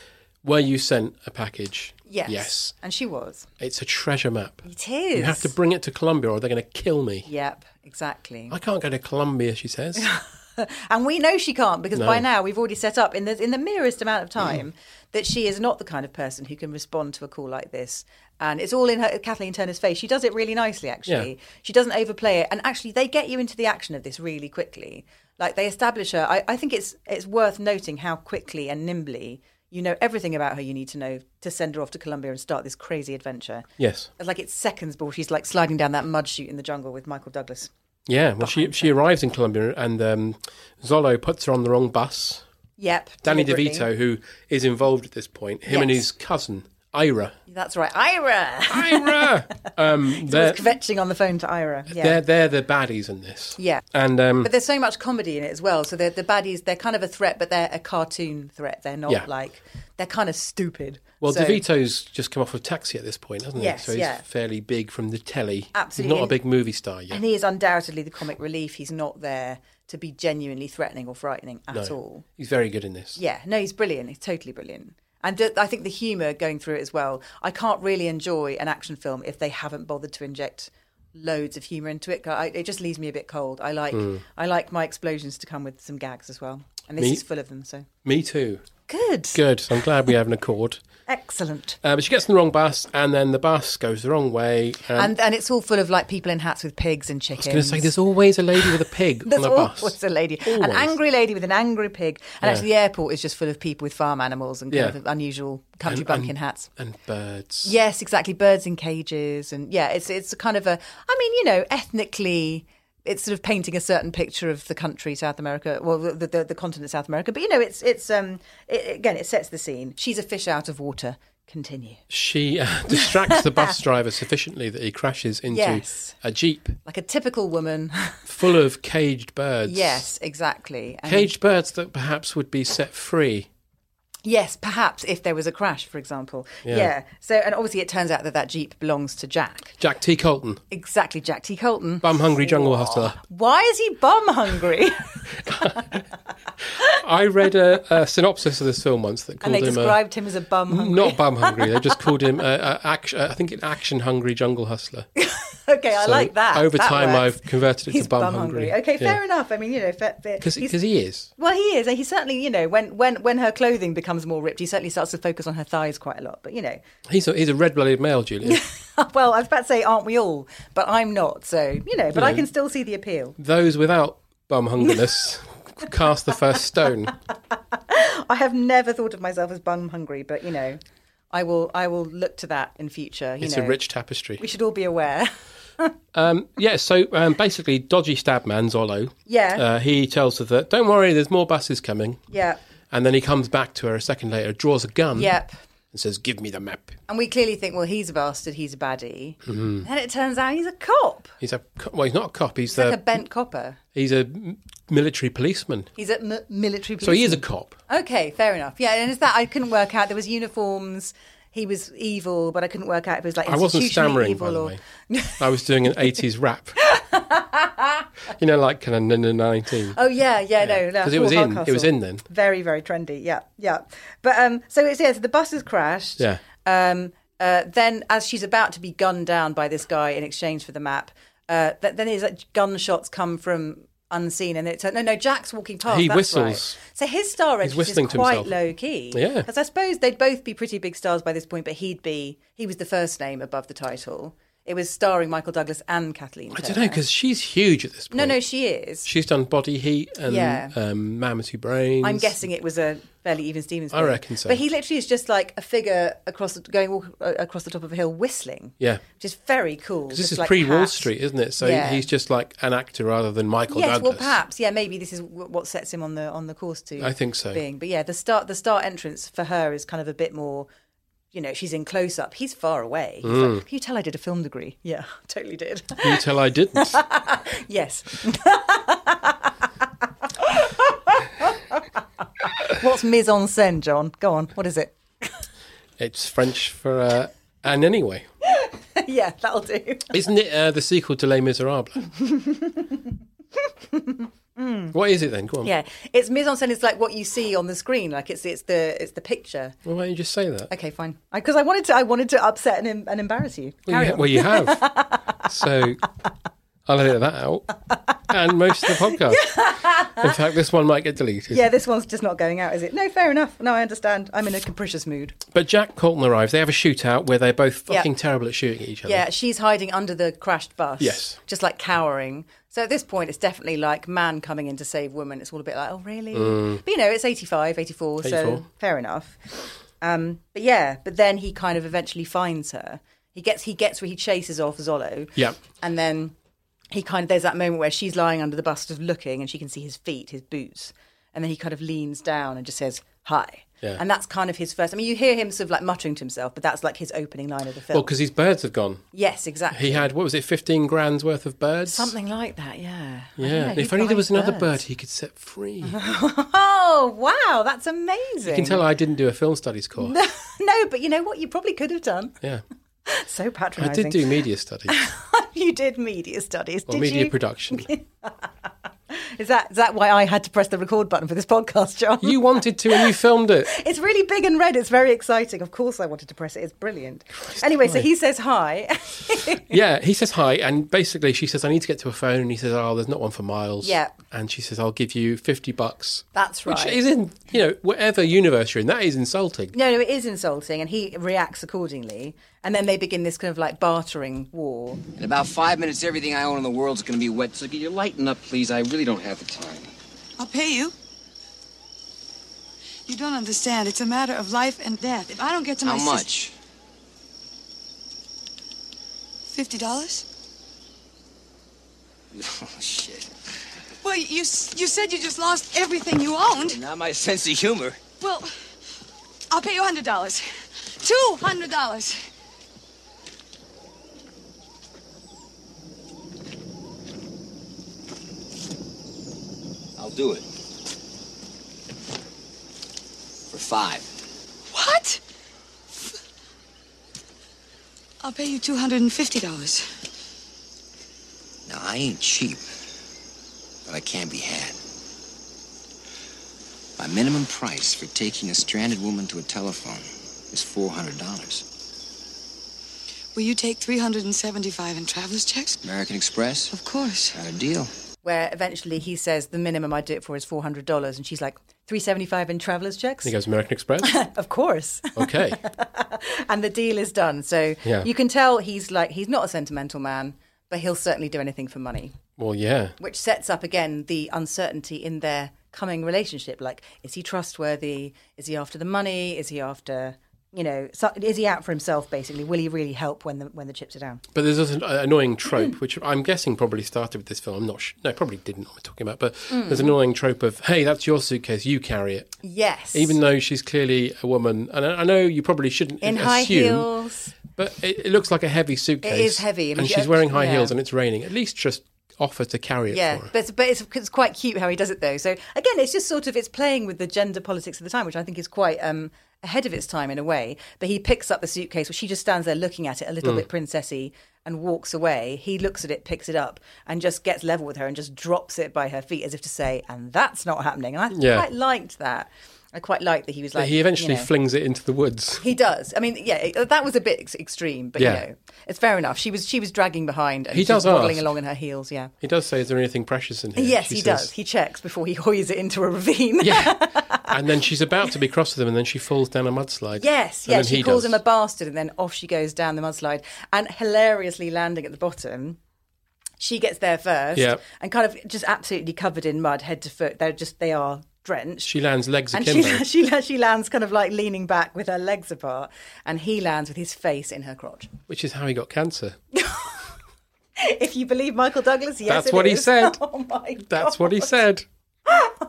S6: "Were you sent a package?"
S7: Yes.
S6: Yes.
S7: And she was.
S6: It's a treasure map.
S7: It is.
S6: You have to bring it to Colombia, or they're going to kill me.
S7: Yep, exactly.
S6: I can't go to Colombia, she
S7: <laughs>
S6: says.
S7: And we know she can't because
S6: No. Mm.
S7: by now we've already set up in the in the merest amount of time that she is not the kind of person who can respond to a call like this. And it's all in her Kathleen Turner's face. She does it really nicely, actually.
S6: Yeah.
S7: She doesn't overplay it, and actually they get you into the action of this really quickly. Like they establish her. I, I think it's it's worth noting how quickly and nimbly you know everything about her you need to know to send her off to Colombia and start this crazy adventure.
S6: yes.
S7: It's Like it's seconds before she's like sliding down that mud chute in the jungle with Michael Douglas.
S6: Yeah. Well, she she arrives in Colombia, and um, Zolo puts her on the wrong bus.
S7: Yep.
S6: Danny
S7: deliberately.
S6: DeVito, who is involved at this point, him and
S7: Yes.
S6: his cousin Ira.
S7: That's right. Ira. <laughs>
S6: Ira. um,
S7: I
S6: they're,
S7: was <laughs> kvetching on the phone to Ira. Yeah.
S6: they're they're the baddies in this.
S7: Yeah.
S6: And um,
S7: but there's so much comedy in it as well. So they're, the baddies, they're kind of a threat, but they're a cartoon threat. They're not
S6: Yeah.
S7: like, they're kind of stupid.
S6: well,
S7: So-
S6: DeVito's just come off of Taxi at this point, hasn't he?
S7: Yes,
S6: so he's
S7: yeah.
S6: fairly big from the telly.
S7: Absolutely.
S6: He's not a big movie star yet.
S7: And he is undoubtedly the comic relief. He's not there to be genuinely threatening or frightening at
S6: No.
S7: all.
S6: He's very good in this.
S7: Yeah, no, he's brilliant. He's totally brilliant. And th- I think the humour going through it as well. I can't really enjoy an action film if they haven't bothered to inject loads of humour into it. I, it just leaves me a bit cold. I like I like my explosions to come with some gags as well, and this
S6: Mm. Me-
S7: is full of them. So
S6: Me too.
S7: good,
S6: Good. I'm glad we have an accord.
S7: excellent.
S6: Uh, but she gets in the wrong bus, and then the bus goes the wrong way. And,
S7: and and it's all full of like people in hats with pigs and chickens.
S6: Um, I was going to say, there's always a lady with a
S7: <laughs>
S6: pig on
S7: There's
S6: a
S7: always
S6: bus.
S7: a lady, an
S6: Always.
S7: angry lady with an angry pig, and
S6: Yeah.
S7: actually the airport is just full of people with farm animals and kind
S6: Yeah.
S7: of unusual country
S6: And-
S7: bumpkin
S6: and-
S7: hats.
S6: and birds.
S7: Yes, exactly. Birds in cages, and yeah, it's it's a kind of a. I mean, you know, ethnically, it's sort of painting a certain picture of the country, South America, well, the the, the continent, South America. But you know, it's it's um it, again, it sets the scene. She's a fish out of water. Continue
S6: She uh, <laughs> distracts the bus driver sufficiently that he crashes into
S7: Yes.
S6: a jeep
S7: like a typical woman.
S6: full of caged birds.
S7: yes, exactly. And-
S6: Caged birds that perhaps would be set free.
S7: Yes, perhaps if there was a crash, for example.
S6: Yeah.
S7: Yeah. So, and obviously, it turns out that that jeep belongs to Jack.
S6: Jack T. Colton,
S7: Exactly, Jack T. Colton.
S6: bum hungry jungle hustler.
S7: Why is he
S6: <laughs>
S7: bum hungry? <laughs>
S6: I read a, a synopsis of this film once that
S7: and
S6: called
S7: they
S6: him
S7: described him as a bum
S6: a,
S7: hungry.
S6: not bum hungry. They just called him a, a action. I think an action hungry jungle
S7: <laughs>
S6: hustler.
S7: <laughs> Okay, I
S6: So
S7: like that.
S6: Over
S7: That
S6: time,
S7: works.
S6: I've converted it
S7: He's
S6: to bum,
S7: bum
S6: hungry.
S7: hungry. Okay, fair enough. I mean, you know, fair, fair.
S6: Because
S7: he's-
S6: he is.
S7: well, he is. and He certainly, you know, when when when her clothing becomes more ripped, he certainly starts to focus on her thighs quite a lot. But you know, <laughs>
S6: He's a, he's a red blooded male, Julia.
S7: well, I was about to say, aren't we all? But I'm not, so you know. But I
S6: Yeah.
S7: can still see the appeal.
S6: Those without bum
S7: <laughs>
S6: hungerness cast the first stone.
S7: I have never thought of myself as bum hungry, but you know, I will I will look to that in future. You
S6: It's
S7: know,
S6: a rich Mm-hmm. tapestry.
S7: We should all be aware.
S6: Yeah, so um, basically, dodgy stab man Zolo.
S7: Yeah.
S6: Uh, he tells her that, "Don't worry, there's more buses coming."
S7: yeah.
S6: And then he comes back to her a second later, draws a gun,
S7: Yep.
S6: and says, "Give me the map."
S7: And we clearly think, well, he's a bastard, he's a baddie.
S6: Mm-hmm.
S7: mm Then it turns out he's a cop.
S6: He's a co- well, he's not a cop. He's,
S7: He's like
S6: a,
S7: a bent copper.
S6: he's a m- military policeman.
S7: He's a m- military.
S6: So he is a
S7: policeman.
S6: cop.
S7: Okay, fair enough. Yeah, and is that I couldn't work out. There was uniforms. He was evil, but I couldn't work out if it was like
S6: I wasn't
S7: institutionally
S6: stammering,
S7: evil <laughs>
S6: by the
S7: or
S6: way. I was doing an '80s rap. you know, like kind of 19.
S7: Oh yeah, yeah, no, no.
S6: 'Cause it was
S7: Paul
S6: in- it was
S7: Hardcastle.
S6: in then.
S7: Very, very trendy. Yeah, yeah. But um, so it's yeah. So the bus has crashed.
S6: Yeah.
S7: Um. Uh. Then, as she's about to be gunned down by this guy in exchange for the map, uh, th- then these like gunshots come from unseen, and it's no, no. Jack's walking past.
S6: He
S7: that's
S6: whistles.
S7: Right. So his star register
S6: whistling
S7: is
S6: to
S7: quite
S6: himself.
S7: low key.
S6: Yeah.
S7: Because I suppose they'd both be pretty big stars by this point, but he'd be he was the first name above the title. It was starring Michael Douglas and Kathleen.
S6: I don't know, because she's huge at this point.
S7: no, no, she is.
S6: She's done Body Heat and
S7: Yeah.
S6: um, Mamma Two Brains.
S7: I'm guessing it was a fairly even Stevens.
S6: I
S7: film.
S6: reckon so.
S7: But he literally is just like a figure across the, going walk, uh, across the top of a hill whistling.
S6: Yeah.
S7: which is very cool.
S6: 'Cause
S7: just
S6: This is
S7: like
S6: pre Wall
S7: hat.
S6: Street, isn't it? So
S7: Yeah.
S6: he's just like an actor rather than Michael
S7: Yes,
S6: Douglas.
S7: well, perhaps, yeah, maybe this is w- what sets him on the on the course to.
S6: I think so.
S7: Being, but yeah, the start the start entrance for her is kind of a bit more. You know, she's in close up. He's far away. He's
S6: Mm.
S7: like, Can you tell I did a film degree? <laughs> Yeah, totally did. <laughs>
S6: Can you tell I didn't?
S7: yes. <laughs> What's mise en scène, John? Go on. What is it? <laughs>
S6: it's French for. Uh, and anyway,
S7: yeah, that'll do.
S6: isn't it uh, the sequel to Les
S7: <laughs>
S6: Miserables? What is it then? Go on.
S7: Yeah, it's mise en scène is like what you see on the screen, like it's it's the it's the picture.
S6: Well, why don't you just say that?
S7: Okay, fine. Because I, wanted to I wanted to upset and, em- and embarrass you.
S6: Well,
S7: Carry
S6: you,
S7: on.
S6: well, you have.
S7: <laughs>
S6: so I'll edit that out and most of the podcast. In fact, this one might get deleted.
S7: yeah, this one's just not going out, is it? No, fair enough. No, I understand. I'm in a capricious mood.
S6: But Jack Colton arrives. They have a shootout where they're both
S7: Yeah.
S6: fucking terrible at shooting at each other.
S7: Yeah, she's hiding under the crashed bus.
S6: Yes.
S7: Just like cowering. So at this point, it's definitely like man coming in to save woman. It's all a bit like, oh, really?
S6: Mm.
S7: But you know, it's 85, 84,
S6: 84.
S7: so fair enough. Um, but yeah, but then he kind of eventually finds her. He gets he gets where he chases off Zolo.
S6: Yeah.
S7: And then he kind of, there's that moment where she's lying under the bus just looking and she can see his feet, his boots. And then he kind of leans down and just says, hi.
S6: Yeah.
S7: And that's kind of his first. I mean, you hear him sort of like muttering to himself, but that's like his opening line of the film.
S6: Well, because his birds have gone.
S7: yes, exactly.
S6: He had, what was it, 15 grand's worth of birds?
S7: Something like that, yeah. I don't know,
S6: Yeah.
S7: who
S6: if only there was
S7: buys
S6: another bird
S7: birds?
S6: he could set free.
S7: <laughs> Oh, wow, that's amazing.
S6: you can tell I didn't do a film studies course.
S7: <laughs> no, but you know what? You probably could have done.
S6: Yeah.
S7: So
S6: I
S7: patronising.
S6: did do media studies
S7: <laughs> you did media studies,
S6: or
S7: did
S6: media
S7: you? <laughs>
S6: production.
S7: is that is that why I had to press the record button for this podcast, John? <laughs>
S6: you wanted to and you filmed it.
S7: It's really big and red. It's very exciting. Of course, I wanted to press it. It's brilliant. anyway, so
S6: alive.
S7: he says hi.
S6: Yeah, he says hi, and basically she says, "I need to get to a phone," and he says, "Oh, there's not one for miles."
S7: <laughs> Yeah.
S6: and she says, "I'll give you fifty bucks."
S7: That's
S6: Which
S7: right.
S6: is in you know whatever universe you're in, that is insulting.
S7: No, no, it is insulting, and he reacts accordingly. And then they begin this kind of like bartering war.
S4: In about five minutes, everything I own in the world's gonna be wet. So could you lighten up, please? I really don't have the time.
S2: I'll pay you. You don't understand. It's a matter of life and death. If I don't get to
S4: How
S2: my
S4: much?
S2: Fifty dollars?
S4: Oh, shit.
S2: Well, you s- you said you just lost everything you owned.
S4: Not my sense of humor.
S2: Well, I'll pay you a hundred dollars. Two hundred dollars.
S4: I'll do it. For five.
S2: What? I'll pay you two hundred and fifty dollars.
S4: Now, I ain't cheap, but I can be had. My minimum price for taking a stranded woman to a telephone is $400.
S2: Will you take three hundred and seventy-five in traveler's checks?
S4: American Express?
S2: Of course.
S4: Not a deal.
S7: where eventually he says the minimum I do it for is four hundred dollars, and she's like three seventy five in travelers checks.
S6: And he goes, "American
S7: <laughs>
S6: Express."
S7: Of course,
S6: Okay,
S7: <laughs> and the deal is done. So
S6: Yeah.
S7: you can tell he's like he's not a sentimental man, but he'll certainly do anything for money,
S6: well, yeah,
S7: which sets up again the uncertainty in their coming relationship. Like, is he trustworthy? Is he after the money? Is he after you know? So, is he out for himself? Basically, will he really help when the when the chips are down?
S6: but there's also an uh, annoying trope, which I'm guessing probably started with this film. I'm not sure. No, probably didn't. What we're talking about, but
S7: Mm.
S6: there's an annoying trope of, "Hey, that's your suitcase. You carry it."
S7: Yes,
S6: Even though she's clearly a woman, and I I know you probably shouldn't
S7: in
S6: assume,
S7: high heels.
S6: But it, it looks like a heavy suitcase.
S7: is heavy. I mean,
S6: and
S7: she-
S6: she's wearing high
S7: yeah.
S6: heels and it's raining. At least just offer to carry it
S7: Yeah,
S6: for her.
S7: but it's, but it's, it's quite cute how he does it though. So again, it's just sort of it's playing with the gender politics of the time, which I think is quite um,
S6: Mm.
S7: ahead of its time in a way. But he picks up the suitcase, well, she just stands there looking at it, a little bit princessy, and walks away, he looks at it, picks it up, and just gets level with her and just drops it by her feet as if to say, and that's not happening. And I
S6: Yeah.
S7: quite liked that. I quite liked that he was like.
S6: he eventually
S7: you know,
S6: flings it into the woods.
S7: He does. I mean, yeah, it- that was a bit ex- extreme, but
S6: Yeah.
S7: you know, it's fair enough. She was she was dragging behind. And
S6: He
S7: she
S6: does
S7: was waddling
S6: ask.
S7: along in her heels. Yeah.
S6: He does say, "Is there anything precious in here?"
S7: Yes,
S6: She
S7: he
S6: says-
S7: does. He <laughs> checks before he hoys it into a ravine.
S6: <laughs> yeah, and then she's about to be cross with him, and then she falls down a mudslide.
S7: <laughs> Yes,
S6: And then
S7: yes. She
S6: he
S7: calls
S6: does.
S7: him a bastard, and then off she goes down the mudslide, and hilariously landing at the bottom. She gets there first,
S6: Yep.
S7: and kind of just absolutely covered in mud, head to foot. They're just they are drenched.
S6: She lands legs
S7: and
S6: akimbo.
S7: she, <laughs> she la- she lands kind of like leaning back with her legs apart, and he lands with his face in her crotch. <laughs>
S6: which is how he got cancer.
S7: If you believe Michael Douglas, yes,
S6: That's
S7: it
S6: what he
S7: is.
S6: said.
S7: <laughs> Oh my
S6: That's
S7: God.
S6: what he said.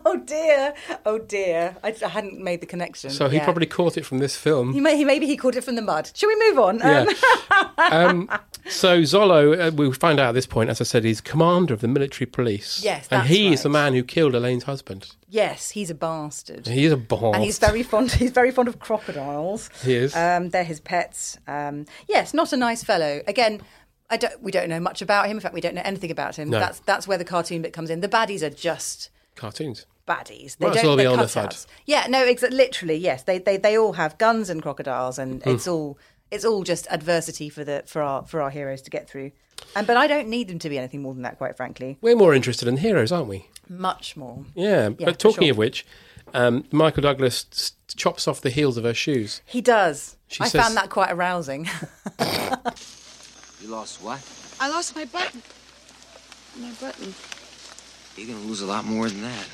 S7: Oh dear, oh dear. I, I hadn't made the connection.
S6: So he
S7: Yeah.
S6: probably caught it from this film.
S7: He may, he, maybe he called it from the mud. Shall we move on?
S6: Yeah.
S7: <laughs>
S6: um, so Zolo, uh, we find out at this point, as I said, he's commander of the military police.
S7: Yes,
S6: and
S7: that's
S6: he is the
S7: right.
S6: man who killed Elaine's husband.
S7: yes, he's a bastard.
S6: He is a bomb.
S7: and he's very fond. He's very fond of crocodiles.
S6: He is.
S7: Um, they're his pets. Um, yes, not a nice fellow. Again, I don't, we don't know much about him. In fact, we don't know anything about him.
S6: No.
S7: That's that's where the cartoon bit comes in. The baddies are just
S6: cartoons.
S7: baddies. They
S6: Might as
S7: don't
S6: well be
S7: they're
S6: on the
S7: cutouts.
S6: side.
S7: Yeah, no, exa- literally, yes. They, they they all have guns and crocodiles, and
S6: Hmm.
S7: it's all it's all just adversity for the for our for our heroes to get through. And but I don't need them to be anything more than that, quite frankly.
S6: We're more interested in heroes, aren't we?
S7: Much more.
S6: Yeah.
S7: Yeah,
S6: but
S7: for
S6: talking
S7: sure.
S6: of which, um, Michael Douglas s- chops off the heels of her shoes.
S7: He does.
S6: She
S7: I
S6: says-
S7: found that quite arousing. <laughs>
S4: You lost what?
S2: I lost my button. My button.
S4: You're gonna lose a lot more than that.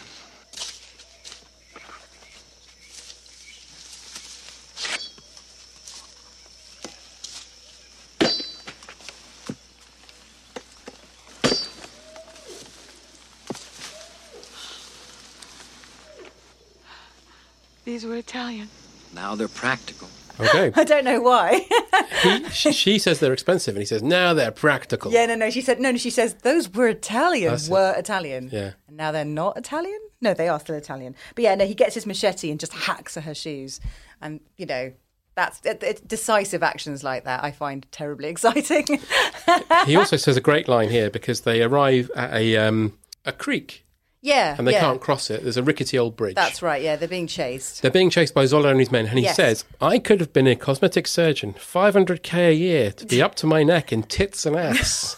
S5: These were Italian.
S4: Now they're practical.
S7: <laughs>
S6: Okay.
S7: I don't know why.
S6: he, she, she says they're expensive, and he says, "No, they're practical."
S7: yeah, no, no. She said no, no. She says those were Italian.
S6: That's it.
S7: were Italian.
S6: Yeah.
S7: And now they're not Italian. No, they are still Italian. But yeah, no. He gets his machete and just hacks at her shoes, and you know. That's it, it, decisive actions like that. I find terribly <laughs> exciting.
S6: He also says a great line here because they arrive at a um, a creek
S7: yeah,
S6: and they
S7: yeah.
S6: can't cross it. There's a rickety old bridge.
S7: That's right. Yeah, they're being chased.
S6: They're being chased by Zoller and his men, and he
S7: Yes.
S6: says, I could have been a cosmetic surgeon, 500k a year, to
S7: <laughs>
S6: be up to my neck in tits and ass.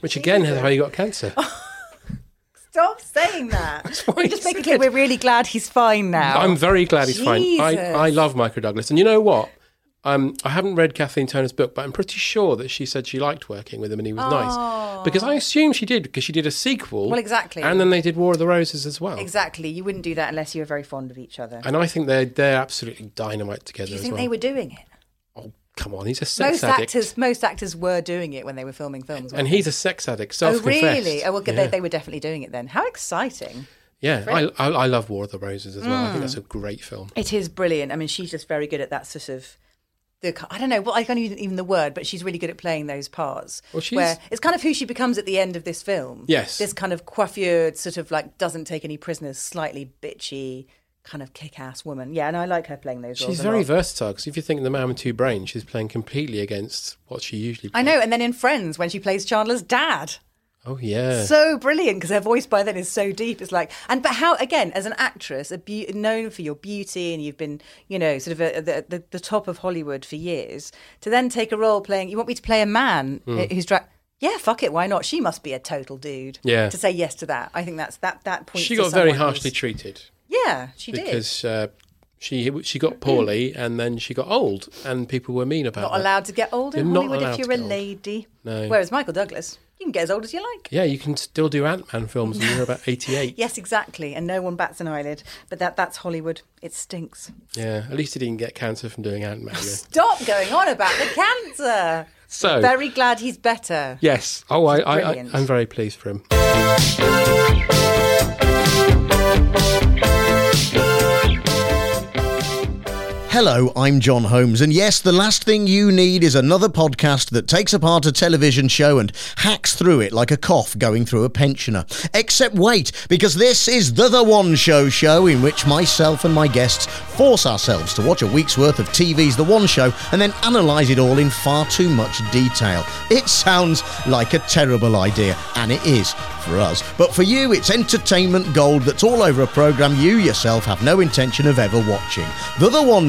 S6: Which again is how he got cancer.
S7: Oh. Stop
S6: <laughs>
S7: saying that.
S6: why
S7: We
S6: I
S7: just make
S6: said
S7: it clear
S6: it.
S7: we're really glad he's fine now.
S6: I'm very glad he's fine.
S7: Jesus.
S6: I, I love Michael Douglas. And you know what? Um, I haven't read Kathleen Turner's book, but I'm pretty sure that she said she liked working with him and he was nice. Because I assume she did, because she did a sequel.
S7: Oh. Well, exactly.
S6: And then they did War of the Roses as well.
S7: exactly. You wouldn't do that unless you were very fond of each other.
S6: And I think they're they're absolutely dynamite together
S7: Do you
S6: as
S7: think
S6: well.
S7: they were doing it?
S6: Oh, come on, he's a sex
S7: Most
S6: addict.
S7: actors, most actors were doing it when they were filming films.
S6: And
S7: weren't
S6: he's a sex addict,
S7: they? oh
S6: self-confessed.
S7: really? Oh well, good,
S6: Yeah.
S7: they, they were definitely doing it then. How exciting!
S6: Yeah, I, I, I love War of the Roses as well. I think that's a great film.
S7: It is brilliant. I mean, she's just very good at that sort of. The, I don't know. Well, I can't even even the word, but she's really good at playing those parts.
S6: Well, she's-
S7: where it's kind of who she becomes at the end of this film.
S6: Yes.
S7: this kind of coiffured, sort of like doesn't take any prisoners, slightly bitchy, kind of kick-ass woman. Yeah, and I like her playing those. roles
S6: She's
S7: a
S6: very
S7: lot.
S6: versatile because if you think The Man with Two Brains, she's playing completely against what she usually
S7: I
S6: plays.
S7: know. And then in Friends, when she plays Chandler's dad,
S6: Oh, yeah.
S7: so brilliant because her voice by then is so deep. It's like, and but how again as an actress, a beau known for your beauty, and you've been you know sort of a, a- the, the the top of Hollywood for years, to then take a role playing. You want me to play a man
S6: Hmm.
S7: who- who's drag. Yeah, fuck it. Why not? She must be a total dude.
S6: Yeah.
S7: To say yes to that, I think that's that. That point.
S6: she got very harshly treated
S7: Yeah, she did.
S6: because uh, she she got poorly and then she got old and people were mean about
S7: Not
S6: that.
S7: allowed to get old in
S6: uh, You're not
S7: Hollywood
S6: allowed
S7: if
S6: to
S7: you're a
S6: get old.
S7: lady.
S6: No.
S7: Whereas Michael Douglas, you can get as old as you like.
S6: Yeah, you can still do Ant Man films when you're
S7: <laughs>
S6: about 88.
S7: Yes, exactly. And no one bats an eyelid. But that that's Hollywood. It stinks.
S6: Yeah, at least he didn't get cancer from doing Ant Man. Yeah.
S7: Stop going on about the cancer.
S6: So-
S7: <laughs> very glad he's better.
S6: Yes. Oh, I, I, I,
S7: Brilliant.
S6: I'm very pleased for him.
S8: Hello, I'm John Holmes, and yes, the last thing you need is another podcast that takes apart a television show and hacks through it like a cough going through a pensioner. Except wait, because this is the The One Show show in which myself and my guests force ourselves to watch a week's worth of TV's The One Show and then analyse it all in far too much detail. It sounds like a terrible idea, and it is for us. But for you, it's entertainment gold that's all over a programme you yourself have no intention of ever watching. The The One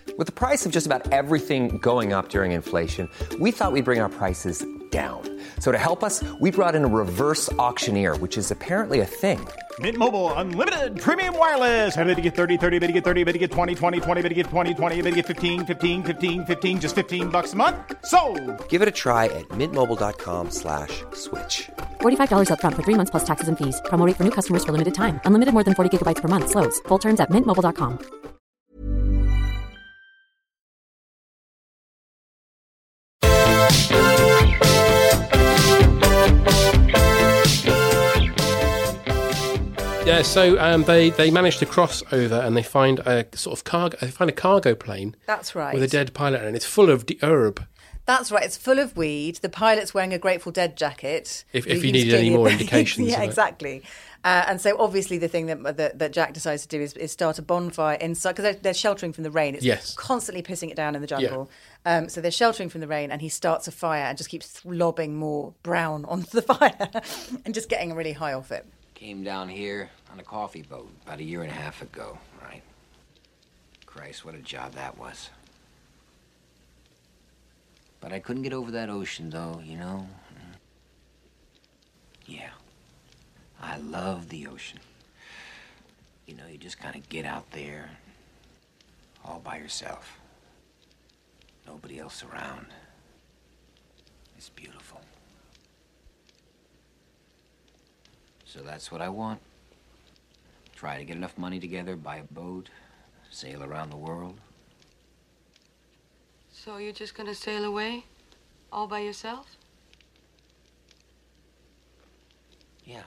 S9: With the price of just about everything going up during inflation, we thought we'd bring our prices down. So to help us, we brought in a reverse auctioneer, which is apparently a thing.
S10: Mint Mobile unlimited premium wireless. Ready to get 30, 30, bet you get 30, bet you get 20, 20, 20, bet you get 20, 20, bet you get 15, 15, 15, 15 just 15 bucks a month. So,
S9: Give it a try at mintmobile.com slash switch.
S11: $45 upfront for three months plus taxes and fees. Promo rate for new customers for limited time. Unlimited more than 40 gigabytes per month. Slows. Full terms at mintmobile.com.
S6: Yeah, so um, they they manage to cross over and they find a sort of cargo. They find a cargo plane
S7: That's right.
S6: with a dead pilot, and it's full of the herb.
S7: That's right. It's full of weed. The pilot's wearing a Grateful Dead jacket.
S6: If- if
S7: Who
S6: you
S7: keeps
S6: needed any
S7: giving <laughs>
S6: more
S7: it-
S6: indications
S7: yeah,
S6: of it.
S7: exactly. Uh, and so, obviously, the thing that that, that Jack decides to do is, is start a bonfire inside because they're, they're sheltering from the rain. It's
S6: Yes.
S7: constantly pissing it down in the
S6: Yeah.
S7: jungle. Um, so they're sheltering from the rain, and he starts a fire and just keeps lobbing more brown <laughs> onto the fire and just getting really high off it.
S4: Came down here on a coffee boat about a year and a half ago, right? Christ, what a job that was. But I couldn't get over that ocean, though, you know? Yeah. I love the ocean. You know, you just kind of get out there all by yourself. Nobody else around. It's beautiful. So that's what I want. Try to get enough money together, buy a boat, sail around the world.
S5: So you're just gonna sail away? All by yourself?
S4: Yeah.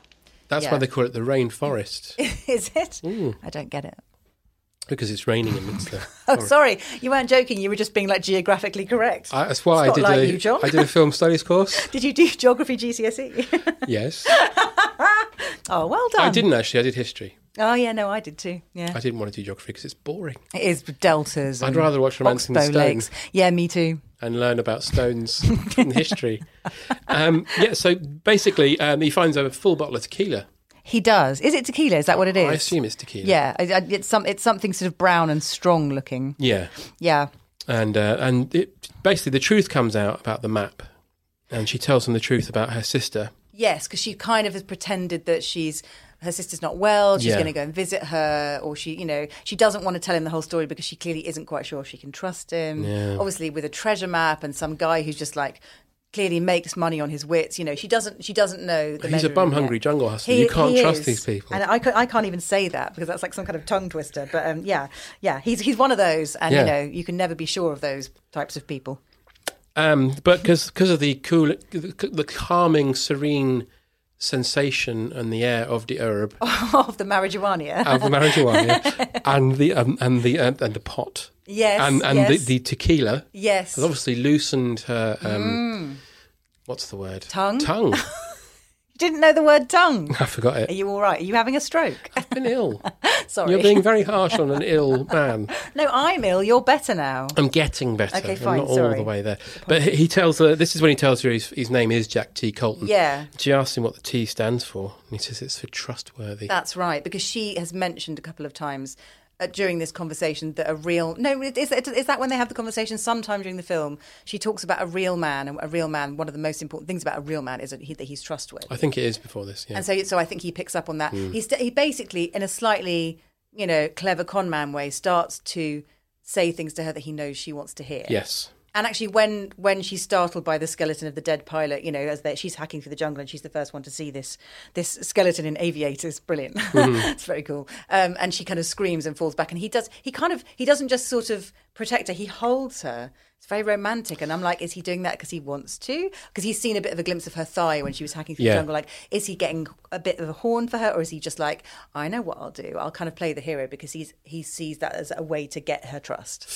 S6: That's
S7: Yeah.
S6: why they call it the rainforest
S7: <laughs> is it?
S6: Ooh.
S7: I don't get it.
S6: because it's raining amidst the.
S7: <laughs> Oh, sorry. You weren't joking. You were just being like geographically correct.
S6: I, that's why
S7: It's
S6: I
S7: not
S6: did
S7: like
S6: a,
S7: you, John.
S6: I
S7: <laughs>
S6: did a film studies course.
S7: Did you do geography GCSE?
S6: Yes,
S7: E? <laughs> oh, well done.
S6: I didn't actually. I did history.
S7: Oh yeah, no, I did too. Yeah,
S6: I didn't want to do geography because it's boring
S7: it is deltas.
S6: I'd
S7: and
S6: rather watch Romance in the
S7: oxbow
S6: Stone.
S7: lakes. Yeah, me too.
S6: and learn about stones in
S7: <laughs>
S6: history. Um, yeah, so basically, um, he finds a full bottle of tequila.
S7: He does. Is it tequila? Is that what it is?
S6: I assume it's tequila.
S7: Yeah, I, I, it's some. It's something sort of brown and strong looking.
S6: Yeah.
S7: Yeah.
S6: and uh, and it basically the truth comes out about the map, and she tells him the truth about her sister.
S7: Yes, because she kind of has pretended that she's her sister's not well. She's
S6: Yeah.
S7: going to go and visit her, or she, you know, she doesn't want to tell him the whole story because she clearly isn't quite sure if she can trust him.
S6: Yeah.
S7: Obviously, with a treasure map and some guy who's just like clearly makes money on his wits. You know, she doesn't. She doesn't know. The
S6: He's a
S7: measure of
S6: bum
S7: it yet.
S6: hungry jungle hustler.
S7: He-
S6: you can't
S7: he
S6: trust
S7: is.
S6: these people.
S7: And I, ca- I can't even say that because that's like some kind of tongue twister. But um, yeah, yeah, he's he's one of those, and
S6: Yeah.
S7: you know, you can never be sure of those types of people. <laughs>
S6: Um, but because of the cool, the calming, serene sensation and the air of the
S7: <laughs>
S6: herb,
S7: of the marijuana.
S6: of the marijuana, and the um, and the uh, and the pot,
S7: Yes,
S6: and and
S7: yes.
S6: the, the tequila,
S7: Yes.
S6: has obviously loosened her. Um, What's the word?
S7: Mm. <laughs> Tongue?
S6: Tongue.
S7: You didn't know the
S6: <laughs>
S7: word tongue.
S6: I forgot it.
S7: Are you all right? Are you having a stroke? <laughs> I've
S6: been ill.
S7: Sorry.
S6: You're
S7: <laughs>
S6: being very harsh on Oh, an ill man.
S7: No, I'm ill. You're better now.
S6: I'm getting better.
S7: Okay,
S6: I'm
S7: fine,
S6: not all
S7: sorry.
S6: the way there. But he tells her this is when he tells her his, his name is Jack T. Colton.
S7: Yeah.
S6: She asks him what the T stands for, and he says it's for trustworthy.
S7: That's right, because she has mentioned a couple of times uh, during this conversation that a real no is, is that when they have the conversation sometime during the film she talks about a real man and a real man one of the most important things about a real man is that, he, that he's trustworthy
S6: I think it is before this. Yeah.
S7: and so so I think he picks up on that
S6: Mm.
S7: he's he basically in a slightly you know clever con man way starts to say things to her that he knows she wants to hear
S6: yes.
S7: and actually, when when she's startled by the skeleton of the dead pilot, you know, as they- she's hacking through the jungle and she's the first one to see this this skeleton in aviators, brilliant.
S12: Mhm.
S7: <laughs> it's very cool. Um, and she kind of screams and falls back. And he does he kind of he doesn't just sort of protect her. He holds her. It's very romantic. And I'm like, is he doing that because he wants to? Because he's seen a bit of a glimpse of her thigh when she was hacking through
S6: Yeah.
S7: the jungle. Like, is he getting a bit of a horn for her, or is he just like, I know what I'll do. I'll kind of play the hero because he's he sees that as a way to get her trust.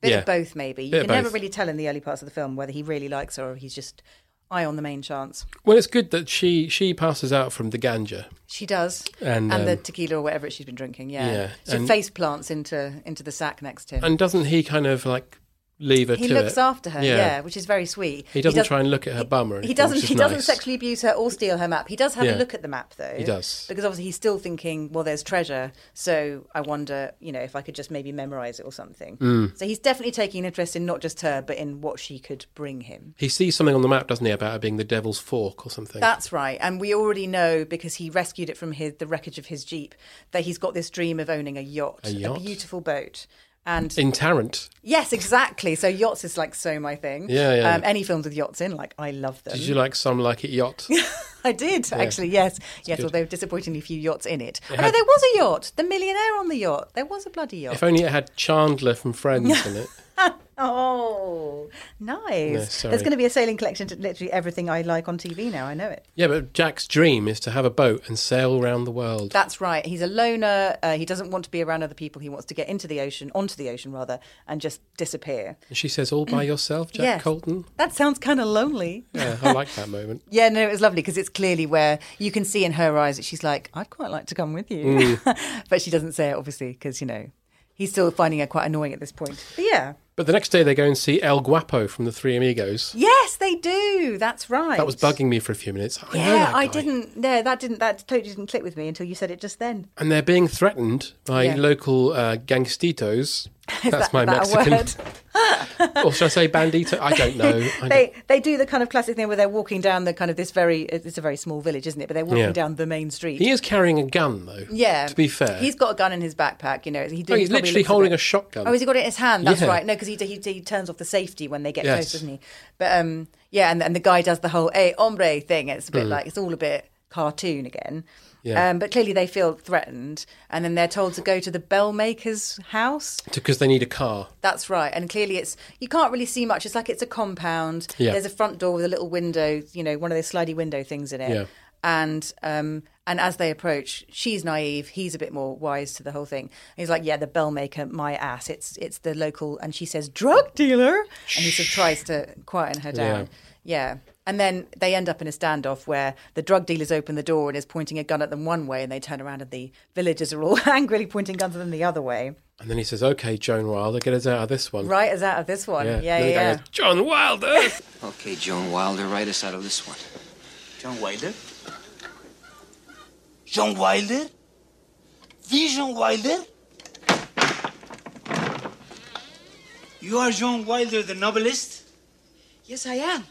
S7: Bit
S6: yeah.
S7: of both, maybe. You
S6: Bit of
S7: can never
S6: both.
S7: really tell in the early parts of the film whether he really likes her or he's just eye on the main chance.
S6: Well, it's good that she she passes out from the ganja.
S7: She does,
S6: And,
S7: the
S6: um,
S7: tequila or whatever she's been drinking. Yeah,
S6: Yeah,
S7: she
S6: and-
S7: face plants into into the sack next to him.
S6: And doesn't he kind of like leave her
S7: he
S6: to
S7: looks
S6: it?
S7: after her, yeah. which is very sweet.
S6: He doesn't
S7: does-
S6: try and look at her bum or anything.
S7: He doesn't.
S6: which is
S7: He doesn't
S6: nice.
S7: sexually abuse her or steal her map. He does have
S6: Yeah.
S7: a look at the map, though.
S6: He does.
S7: because obviously he's still thinking, well, there's treasure. So I wonder, you know, if I could just maybe memorize it or something.
S6: Mm.
S7: So he's definitely taking an interest in not just her, but in what she could bring him.
S6: He sees something on the map, doesn't he, about it being the Devil's Fork or something?
S7: That's right. And we already know because he rescued it from his, the wreckage of his Jeep that he's got this dream of owning a yacht,
S6: A yacht?
S7: beautiful boat. And
S6: in Tarrant.
S7: yes, exactly. So yachts is like so my thing.
S6: Yeah, yeah.
S7: Um, any films with yachts in, like I love them.
S6: Did you like some like it
S7: <laughs>
S6: yacht?
S7: I did
S6: Yeah.
S7: actually. Yes, yes.
S6: good.
S7: Although disappointingly few yachts in it.
S6: It
S7: oh, no,
S6: had-
S7: there was a yacht. The millionaire on the yacht. There was a bloody yacht.
S6: if only it had Chandler from
S7: <laughs>
S6: Friends in it.
S7: oh, nice.
S6: No, sorry.
S7: There's going to be a sailing collection to literally everything I like on TV now. I know it.
S6: Yeah, but Jack's dream is to have a boat and sail around the world.
S7: That's right. He's a loner. Uh, he doesn't want to be around other people. He wants to get into the ocean, onto the ocean rather, and just disappear.
S6: And she says, "All by yourself, Jack
S7: Yes.
S6: Colton."
S7: That sounds kind of lonely.
S6: Yeah, I like that moment.
S7: Yeah, no, it was lovely because it's clearly where you can see in her eyes that she's like, I'd quite like to come with you.
S6: Mm.
S7: <laughs> but she doesn't say it, obviously, because, you know, he's still finding her quite annoying at this point. But yeah.
S6: But the next day they go and see El Guapo from the Three Amigos.
S7: Yes, they do. That's right.
S6: That was bugging me for a few minutes. I know
S7: Yeah,
S6: that
S7: I
S6: guy.
S7: didn't. No, that didn't. That totally didn't click with me until you said it just then. <laughs>
S6: And they're being threatened by
S7: Yeah.
S6: local uh, gangstitos. That's
S7: that-
S6: my
S7: <laughs> is that a
S6: Mexican. <laughs> or should I say bandito? I don't
S7: <laughs>
S6: know. I don't-
S7: they they do the kind of classic thing where they're walking down the kind of this very it's a very small village, isn't it? But they're walking
S6: Yeah.
S7: down the main street.
S6: He is carrying a gun, though.
S7: yeah.
S6: To be fair,
S7: he's got a gun in his backpack. You know, he do,
S6: Oh,
S7: he
S6: he's
S7: probably
S6: literally
S7: looks a
S6: holding
S7: bit-
S6: a shotgun.
S7: Oh, has he got it in his hand? That's
S6: Yeah.
S7: right. No, because he, he he turns off the safety when they get
S6: Yes.
S7: close, doesn't he? But um, yeah, and and the guy does the whole "hey hombre" thing. It's a bit
S6: Mm.
S7: like it's all a bit cartoon again.
S6: Yeah.
S7: Um, but clearly they feel threatened, and then they're told to go to the bell maker's house.
S6: because they need a car.
S7: That's right. And clearly it's you can't really see much. It's like it's a compound.
S6: Yeah.
S7: There's a front door with a little window, you know, one of those slidey window things in it.
S6: Yeah.
S7: And um and as they approach, she's naive, he's a bit more wise to the whole thing. He's like, Yeah, the bell maker, my ass. It's it's the local and she says, Drug dealer and he sort of tries to quieten her down. Yeah. And then they end up in a standoff where the drug dealer's opened the door and is pointing a gun at them one way and they turn around and the villagers are all <laughs> angrily pointing guns at them the other way.
S6: And then he says, "Okay, Joan Wilder, get us out of this one."
S7: Right as out of this one.
S6: Yeah.
S7: Yeah,
S6: The other
S7: yeah,
S6: guy
S7: yeah.
S6: goes, John Wilder.
S4: Okay, Joan Wilder, write us out of this one.
S13: John Wilder? John Wilder? The John Wilder? You are John Wilder, the novelist?
S2: Yes, I am.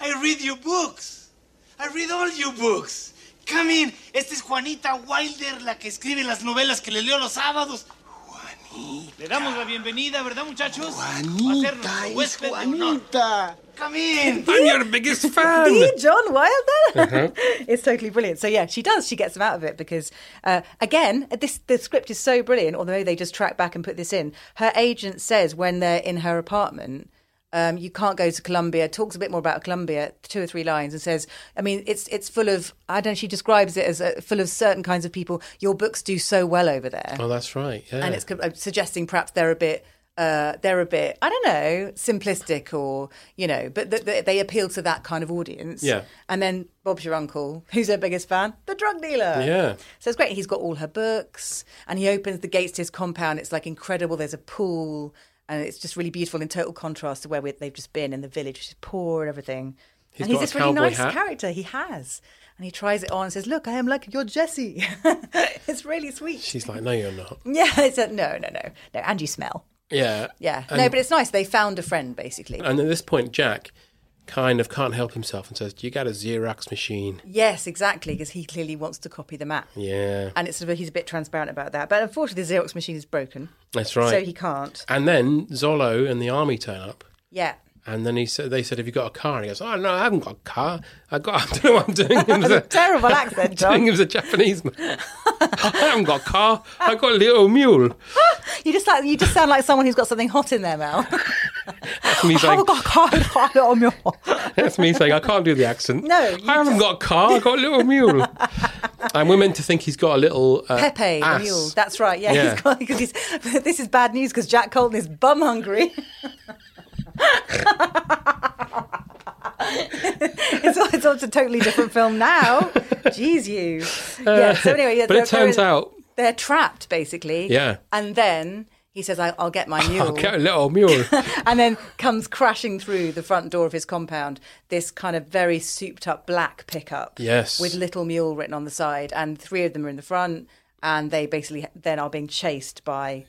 S13: I read your books. I read all your books. Come in. Esta es Juanita Wilder, la que escribe las novelas que le leo los sábados. Juanita. Le damos la bienvenida, ¿verdad, muchachos? Juanita. Juanita. Come in.
S6: I'm your biggest <laughs> fan.
S7: The John Wilder.
S6: Uh-huh.
S7: <laughs> it's totally brilliant. So yeah, she does. She gets them out of it because, uh, again, this the script is so brilliant. Although they just track back and put this in. Her agent says when they're in her apartment. Um, you can't go to Colombia. Talks a bit more about Colombia, two or three lines, and says, "I mean, it's it's full of I don't." know, She describes it as uh full of certain kinds of people. Your books do so well over there.
S6: Oh, that's right. Yeah.
S7: and it's co- uh, suggesting perhaps they're a bit uh, they're a bit, I don't know, simplistic or, you know, but th- th- they appeal to that kind of audience.
S6: Yeah.
S7: And then Bob's your uncle. Who's her biggest fan? The drug dealer.
S6: Yeah.
S7: So it's great. He's got all her books and he opens the gates to his compound. It's like incredible. There's a pool and it's just really beautiful in total contrast to where we- they've just been in the village, which is poor and everything.
S6: He's
S7: and he's
S6: got a
S7: this really
S6: cowboy
S7: nice
S6: hat.
S7: character. He has. And he tries it on and says, Look, I am like your Jesse. <laughs> it's really sweet.
S6: She's like, no, you're not.
S7: <laughs> Yeah, it's a, no, no, no, no, and you smell.
S6: Yeah.
S7: Yeah,
S6: And,
S7: no, but it's nice. They found a friend, basically.
S6: and at this point, Jack kind of can't help himself and says, "Do you got a Xerox machine?"
S7: yes, exactly, because he clearly wants to copy the map,
S6: Yeah.
S7: and it's sort of he's a bit transparent about that. But unfortunately, the Xerox machine is broken,
S6: That's right.
S7: so he can't.
S6: And then Zolo and the army turn up.
S7: Yeah,
S6: And then he said, "They said, have you got a car?" And he goes, "Oh no, I haven't got a car. I got. <laughs> I don't know what I'm
S7: <laughs>
S6: doing." It was a-
S7: terrible
S6: doing
S7: accent, John.
S6: him as a Japanese man.
S7: <laughs>
S6: I haven't got a car. I got a little mule.
S7: You just like you just sound like someone who's got something hot in their mouth.
S6: That's
S7: <laughs>
S6: me saying.
S7: got a car, I've got a little mule.
S6: That's me saying. I can't do the accent.
S7: No,
S6: I
S7: you
S6: haven't got a car. I got a little
S7: <laughs>
S6: mule. and we're meant to think he's got a little uh,
S7: Pepe the
S6: ass.
S7: mule. That's right. Yeah,
S6: Yeah.
S7: he's got because he's. <laughs> This is bad news because Jack Colton is bum hungry. <laughs> it's, all- it's all a totally different film now. Jeez, you. Yeah.
S6: <laughs>
S7: So anyway, yeah,
S6: Uh, but
S7: they're-
S6: it turns
S7: they're-
S6: out
S7: they're trapped basically.
S6: Yeah.
S7: And then he says, I, "I'll get my mule."
S6: <laughs> I'll get a little
S7: <laughs>
S6: mule.
S7: and then comes crashing through the front door of his compound this kind of very souped up black pickup
S6: Yes.
S7: with little mule written on the side and three of them are in the front and they basically then are being chased by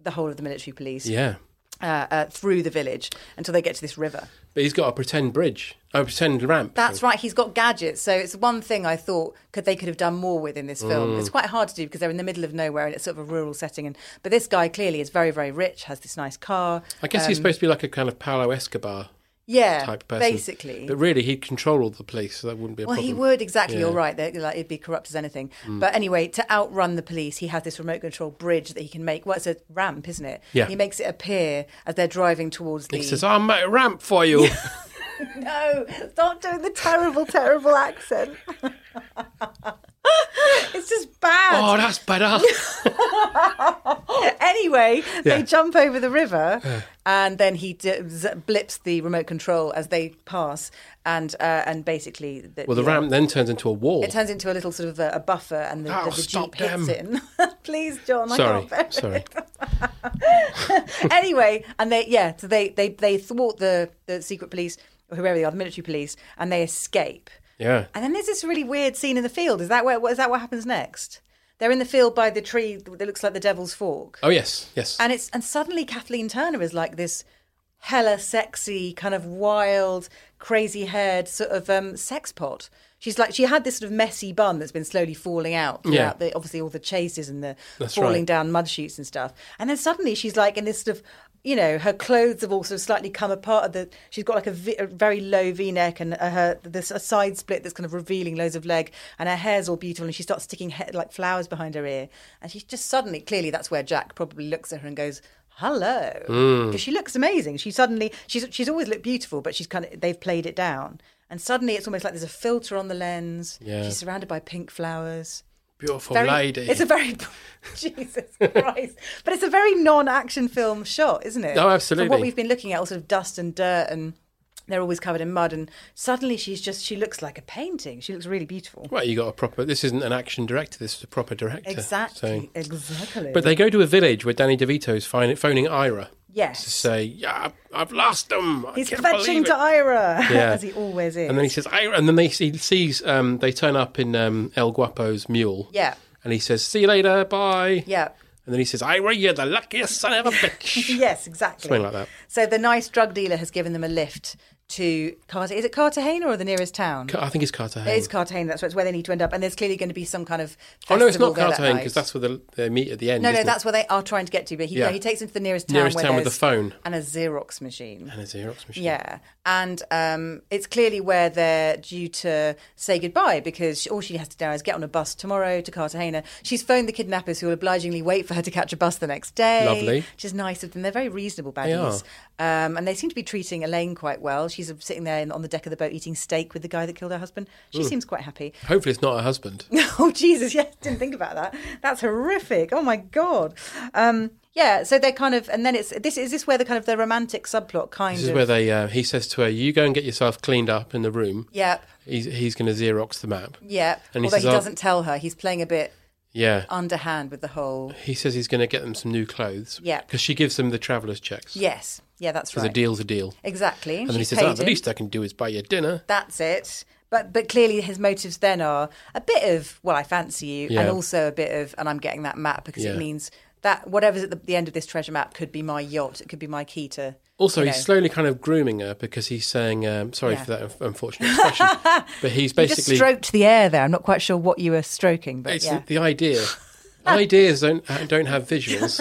S7: the whole of the military police
S6: yeah.
S7: uh, uh, through the village until they get to this river
S6: But he's got a pretend bridge, a pretend ramp.
S7: that's right. He's got gadgets, so it's one thing I thought could they could have done more with in this film.
S6: Mm.
S7: It's quite hard to do because they're in the middle of nowhere and it's sort of a rural setting. And but this guy clearly is very, very rich, has this nice car.
S6: I guess he's
S7: um,
S6: supposed to be like a kind of Paolo Escobar
S7: yeah,
S6: type person.
S7: basically.
S6: But really, he'd control all the police, so that wouldn't be a
S7: well,
S6: problem.
S7: he would exactly. You're
S6: Yeah.
S7: right. They're, like, it'd be corrupt as anything.
S6: Mm.
S7: But anyway, to outrun the police, he has this remote control bridge that he can make. Well, it's a ramp, isn't it?
S6: Yeah.
S7: He makes it appear as they're driving towards the.
S6: He says, I'll make a ramp for you.
S7: no, stop doing the terrible, terrible accent. <laughs> it's just
S6: <laughs>
S7: bad.
S6: oh, that's better.
S7: <laughs> anyway,
S6: Yeah. Uh.
S7: they jump over the river, and then he d- z- blips the remote control as they pass, and uh, and basically, the,
S6: well, the
S7: yeah.
S6: ramp then turns into a wall.
S7: It turns into a little sort of a, a buffer, and the,
S6: Oh,
S7: the, the
S6: stop
S7: jeep hits
S6: them.
S7: in. <laughs> Please, John, I
S6: sorry,
S7: can't bear it. <laughs>
S6: sorry.
S7: anyway, and they yeah, so they they they thwart the the secret police or whoever they are, the military police, and they escape.
S6: Yeah.
S7: And then there's this really weird scene in the field. Is that where what is that what happens next? They're in the field by the tree that looks like the Devil's Fork.
S6: Oh, yes, yes.
S7: And it's and suddenly Kathleen Turner is like this hella sexy, kind of wild, crazy haired sort of um, sex pot. She's like she had this sort of messy bun that's been slowly falling out
S6: Yeah.
S7: throughout the obviously all the chases and the
S6: That's
S7: falling
S6: right.
S7: down mud shoots and stuff. And then suddenly she's like in this sort of you know her clothes have also slightly come apart. Of the she's got like a, v, a very low V neck and uh, her this a side split that's kind of revealing loads of leg. And her hair's all beautiful. And she starts sticking he- like flowers behind her ear. And she's just suddenly clearly that's where Jack probably looks at her and goes. Hello,
S6: Mm.
S7: because she looks amazing. She suddenly she's she's always looked beautiful, but she's kind of they've played it down, and suddenly it's almost like there's a filter on the lens.
S6: Yeah.
S7: She's surrounded by pink flowers.
S6: Beautiful
S7: Very-
S6: lady.
S7: It's a very <laughs> Jesus Christ, but it's a very non-action film shot, isn't it?
S6: Oh,
S7: From
S6: absolutely.
S7: what we've been looking at, all sort of dust and dirt, and they're always covered in mud. And suddenly, she's just she looks like a painting. She looks really beautiful.
S6: Right, you got a proper. This isn't an action director. This is a proper director.
S7: Exactly, exactly.
S6: So, but they go to a village where Danny DeVito's phoning, phoning Ira
S7: yes,
S6: to say, "Yeah, I've lost them. I
S7: he's
S6: can't
S7: fetching
S6: believe it."
S7: to Ira <laughs>
S6: Yeah.
S7: as he always is.
S6: And then he says, "Ira," and then they see, sees um, they turn up in um, El Guapo's mule,
S7: yeah,
S6: and he says, "See you later, bye."
S7: yeah,
S6: And then he says, "Ira, you're the luckiest son
S7: <laughs>
S6: of a bitch,"
S7: yes, exactly.
S6: something like that.
S7: So the nice drug dealer has given them a lift to Carter. Is it Cartagena or the nearest town?
S6: Ca- I think it's Cartagena.
S7: It is Cartagena. That's where it's where they need to end up, and there's clearly going to be some kind of.
S6: oh no, it's not
S7: festival there that
S6: Cartagena
S7: night.
S6: because that's where they, they meet at the end.
S7: No, no,
S6: isn't it?
S7: that's where they are trying to get to. But he,
S6: Yeah.
S7: no, he takes them to the nearest town,
S6: nearest
S7: where
S6: town with a
S7: there's-
S6: phone
S7: and a Xerox machine.
S6: and a Xerox machine.
S7: Yeah, and um, it's clearly where they're due to say goodbye because all she has to do now is get on a bus tomorrow to Cartagena. She's phoned the kidnappers, who will obligingly wait for her to catch a bus the next day.
S6: Lovely.
S7: which is nice of them. They're very reasonable
S6: They
S7: baddies, um, and they seem to be treating Elaine quite well. She's sitting there in- on the deck of the boat eating steak with the guy that killed her husband. She
S6: Mm.
S7: seems quite happy.
S6: Hopefully, it's not her
S7: <laughs>
S6: husband.
S7: Oh Jesus! Yes, didn't think about that. That's horrific. Oh my God. Um, Yeah, so they're kind of, and then it's this is this where the kind of the romantic subplot kind
S6: This is
S7: of.
S6: where they. Uh, he says to her, "You go and get yourself cleaned up in the room."
S7: Yep.
S6: He's he's going to xerox the map.
S7: yeah,
S6: And he
S7: although
S6: says,
S7: he
S6: "I'll-"
S7: doesn't tell her, he's playing a bit
S6: Yeah.
S7: Oh. underhand with the whole.
S6: He says he's going to get them some new clothes.
S7: Yeah.
S6: Because she gives them the traveller's checks.
S7: Yes, yeah, that's
S6: Because
S7: right.
S6: a deal's a deal.
S7: Exactly.
S6: And then he
S7: She's
S6: says, oh,
S7: paid
S6: the
S7: him.
S6: least I can do is buy you dinner.
S7: That's it. But but clearly his motives then are a bit of well, I fancy you,
S6: Yeah.
S7: and also a bit of and I'm getting that map because
S6: Yeah.
S7: it means that whatever's at the, the end of this treasure map could be my yacht. It could be my key to.
S6: Also,
S7: you
S6: he's
S7: know.
S6: slowly kind of grooming her because he's saying, um, sorry
S7: Yeah.
S6: for that un- unfortunate expression,
S7: <laughs>
S6: but he's
S7: You just
S6: basically.
S7: stroked the air there. I'm not quite sure what you were stroking, but
S6: it's
S7: yeah.
S6: the
S7: <laughs>
S6: idea. Ideas don't uh, don't have visuals.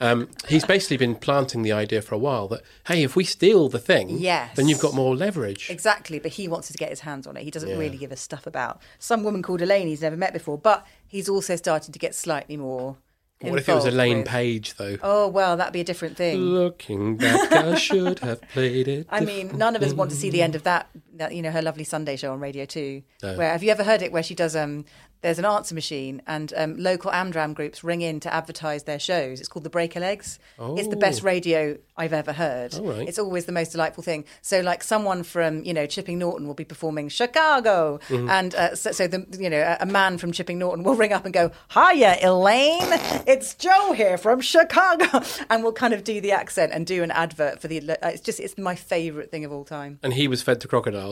S6: Um, he's basically been planting the idea for a while that hey, if we steal the thing,
S7: Yes.
S6: then you've got more leverage.
S7: Exactly, but he wants to get his hands on it. He doesn't
S6: Yeah.
S7: really give a stuff about some woman called Elaine he's never met before, but he's also starting to get slightly more.
S6: What if it was
S7: involved
S6: Elaine
S7: with-
S6: Page though?
S7: Oh well, that'd be a different thing.
S6: Looking back,
S7: <laughs>
S6: I should have played it.
S7: I mean, none of us want to see the end of that. That you know, her lovely Sunday show on Radio Two.
S6: No.
S7: Where have you ever heard it? Where she does um, there's an answer machine, and um, local Amdram groups ring in to advertise their shows. It's called the Breaker Legs. It's the best
S12: Oh.
S7: radio I've ever heard.
S12: All right.
S7: It's always the most delightful thing. So, like someone from you know Chipping Norton will be performing Chicago,
S12: Mhm.
S7: and uh, so, so the you know a- a man from Chipping Norton will ring up and go, "Hiya, Elaine, it's Joe here from Chicago," <laughs> and we'll kind of do the accent and do an advert for the. Uh, it's just it's my favourite thing of all time.
S6: and he was fed to crocodiles.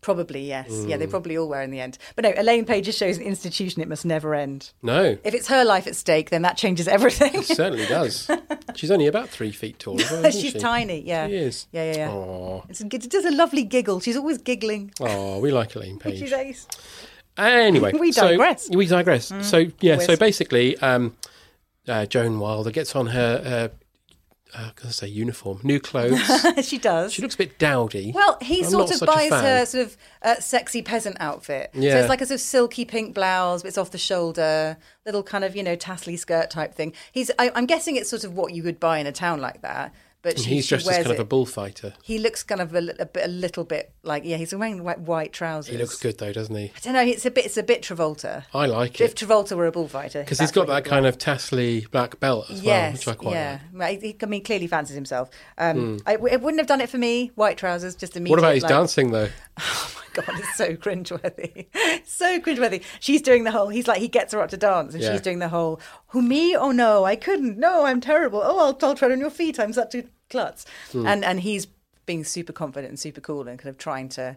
S7: Probably yes, yeah, they
S6: Mm.
S7: probably all were in the end. But no, Elaine Page just shows an institution it must never end.
S6: No,
S7: If it's her life at stake, then that changes <laughs>
S12: <laughs>
S7: everything.
S6: it certainly does. She's only about three feet
S7: <laughs>
S6: tall. as well, isn't
S7: She's
S6: she?
S7: tiny, yeah.
S6: She is.
S7: Yeah, yeah, yeah.
S6: Aw.
S7: It's, it does a lovely giggle. She's always giggling.
S6: Aw, we like Elaine Page.
S7: <laughs> She's ace.
S6: Anyway,
S7: We
S6: so-
S7: digress.
S6: we digress.
S7: Mm,
S6: So yeah, so
S7: whiz.
S6: basically, um, uh, Joan Wilder gets on her, her uh, I was gonna say uniform, new
S7: <laughs>
S6: clothes.
S7: she does.
S6: she looks a bit dowdy.
S7: Well, he
S6: I'm
S7: sort
S6: not
S7: of
S6: such a
S7: buys
S6: fan.
S7: her sort of uh, sexy peasant outfit. So
S6: Yeah.
S7: it's like a sort of silky pink blouse, but it's off the shoulder, little kind of you know tassely skirt type thing. He's, I, I'm guessing it's sort of what you would buy in a town like that. But
S6: And
S7: she,
S6: he's
S7: she
S6: dressed as
S7: wears
S6: kind of a
S7: it.
S6: bullfighter.
S7: He looks kind of a, li- a, bit, a little bit like yeah, he's wearing white, white trousers.
S6: He looks good though, doesn't he?
S7: I don't know. It's a bit. It's a bit Travolta.
S6: I like
S7: if
S6: it
S7: Travolta were a bullfighter,
S6: because he's
S7: that's
S6: got
S7: what
S6: that kind of tassely black belt as
S7: yes,
S6: well, which I quite
S7: yeah. Well, He, he- I mean, clearly fancies himself. Um,
S6: Mm.
S7: I, it wouldn't have done it for me. White trousers, just
S6: like.
S7: immediate.
S6: What about his
S7: like- <laughs> Oh
S6: dancing though?
S7: God, it's so cringeworthy. <laughs> so cringeworthy. She's doing the whole, he's like, he gets her up to dance and
S6: Yeah.
S7: she's doing the whole, who, me? Oh, no, I couldn't. No, I'm terrible. Oh, I'll, I'll tread on your feet. I'm such a klutz.
S6: Hmm.
S7: And, and he's being super confident and super cool and kind of trying to.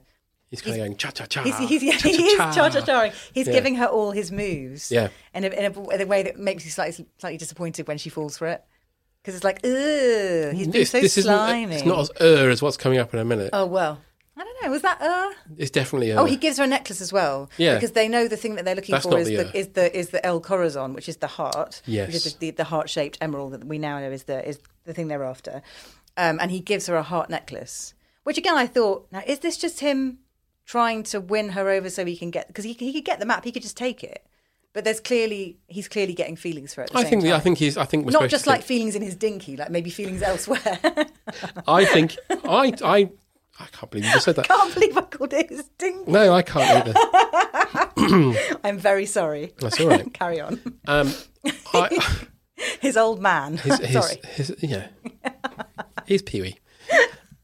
S6: He's kind of going cha cha cha.
S7: He's, he's, yeah, he is cha cha chaing. He's
S6: Yeah.
S7: giving her all his moves.
S6: Yeah.
S7: In a, in a, in a way that makes you slightly, slightly disappointed when she falls for it. Because it's like, ugh, he's being so
S6: Mm, isn't- uh,
S7: slimy.
S6: It's not as er as what's coming up in a minute.
S7: Oh, well. I don't know. Was that, uh?
S6: It's definitely er.
S7: Oh, he gives her a necklace as well.
S6: Yeah.
S7: Because they know the thing that they're looking
S6: That's
S7: for
S6: not
S7: is
S6: the,
S7: the,
S6: uh,
S7: is the is the El Corazon, which is the heart. Which
S6: Yes.
S7: is the, the heart shaped emerald that we now know is the is the thing they're after. Um, and he gives her a heart necklace, which again I thought, now is this just him trying to win her over so he can get because he he could get the map, he could just take it. But there's clearly he's clearly getting feelings for it. At the
S6: I
S7: same
S6: think
S7: time.
S6: I think he's I think we're
S7: not
S6: supposed
S7: just
S6: to
S7: like feelings in his dinky, like maybe feelings elsewhere. <laughs>
S6: I think I I I can't believe you just said that.
S7: can't believe I called it his dinky.
S6: No, I can't either.
S7: I'm very sorry.
S6: That's all right.
S7: <laughs> Carry on.
S6: um,
S7: <laughs> his old man. <laughs>
S6: his, his,
S7: Sorry.
S6: his, yeah, he's Pee Wee.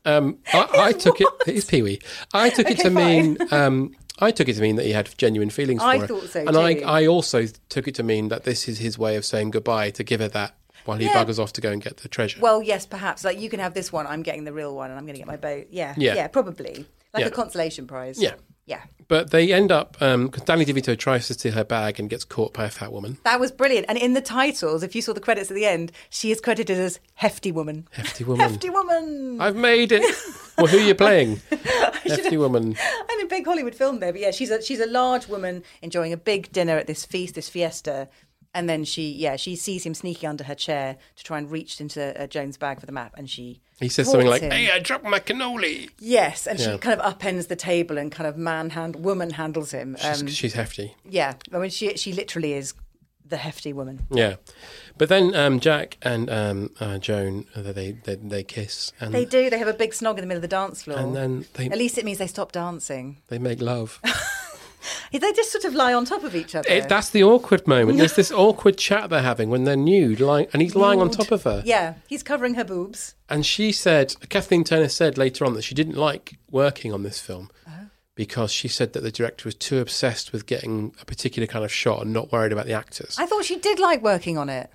S6: Um,
S7: <laughs>
S6: I, I took it. He's Pee Wee. I took it
S7: Okay,
S6: to mean.
S7: fine.
S6: Um, I took it to mean that he had genuine feelings
S7: I
S6: for her.
S7: thought so
S6: and I,
S7: too.
S6: I also took it to mean that this is his way of saying goodbye to give her that while he
S7: Yeah.
S6: buggers off to go and get the treasure.
S7: Well, yes, perhaps. Like you can have this one. I'm getting the real one, and I'm going to get my boat. Yeah,
S6: Yeah.
S7: yeah, probably like
S6: Yeah.
S7: a consolation prize.
S6: Yeah.
S7: yeah.
S6: But they end up because Danny DeVito tries to steal her bag and gets caught by a fat woman.
S7: That was brilliant. And in the titles, if you saw the credits at the end, she is credited as Hefty Woman.
S6: Hefty woman.
S7: Hefty Woman.
S6: Mm. I've made
S7: <laughs>
S6: it. well, who are you playing? Hefty woman.
S7: And a big Hollywood film there, but yeah, she's a she's a large woman enjoying a big dinner at this feast, this fiesta, and then she yeah she sees him sneaking under her chair to try and reach into uh, Joan's bag for the map, and she
S6: He says something
S7: thwarts
S6: like,
S7: him.
S6: "Hey, I dropped my cannoli."
S7: Yes, and
S6: Yeah.
S7: she kind of upends the table and kind of manhand woman handles him. um,
S6: She's, she's hefty.
S7: Yeah, I mean, she she literally is the hefty woman.
S6: Yeah, but then um, Jack and um, uh, Joan uh, they, they they kiss and
S7: they do. They have a big snog in the middle of the dance floor.
S6: and then they
S7: at least it means they stop dancing. <laughs>
S6: they make love.
S7: They just sort of lie on top of each other.
S6: It, that's the awkward moment. There's this awkward chat they're having when they're nude, lying, and he's lying on
S7: Nude.
S6: top of her.
S7: Yeah, he's covering her boobs.
S6: And she said, Kathleen Turner said later on that she didn't like working on this film
S7: Uh-huh.
S6: because she said that the director was too obsessed with getting a particular kind of shot and not worried about the actors.
S7: I thought she did like working on it.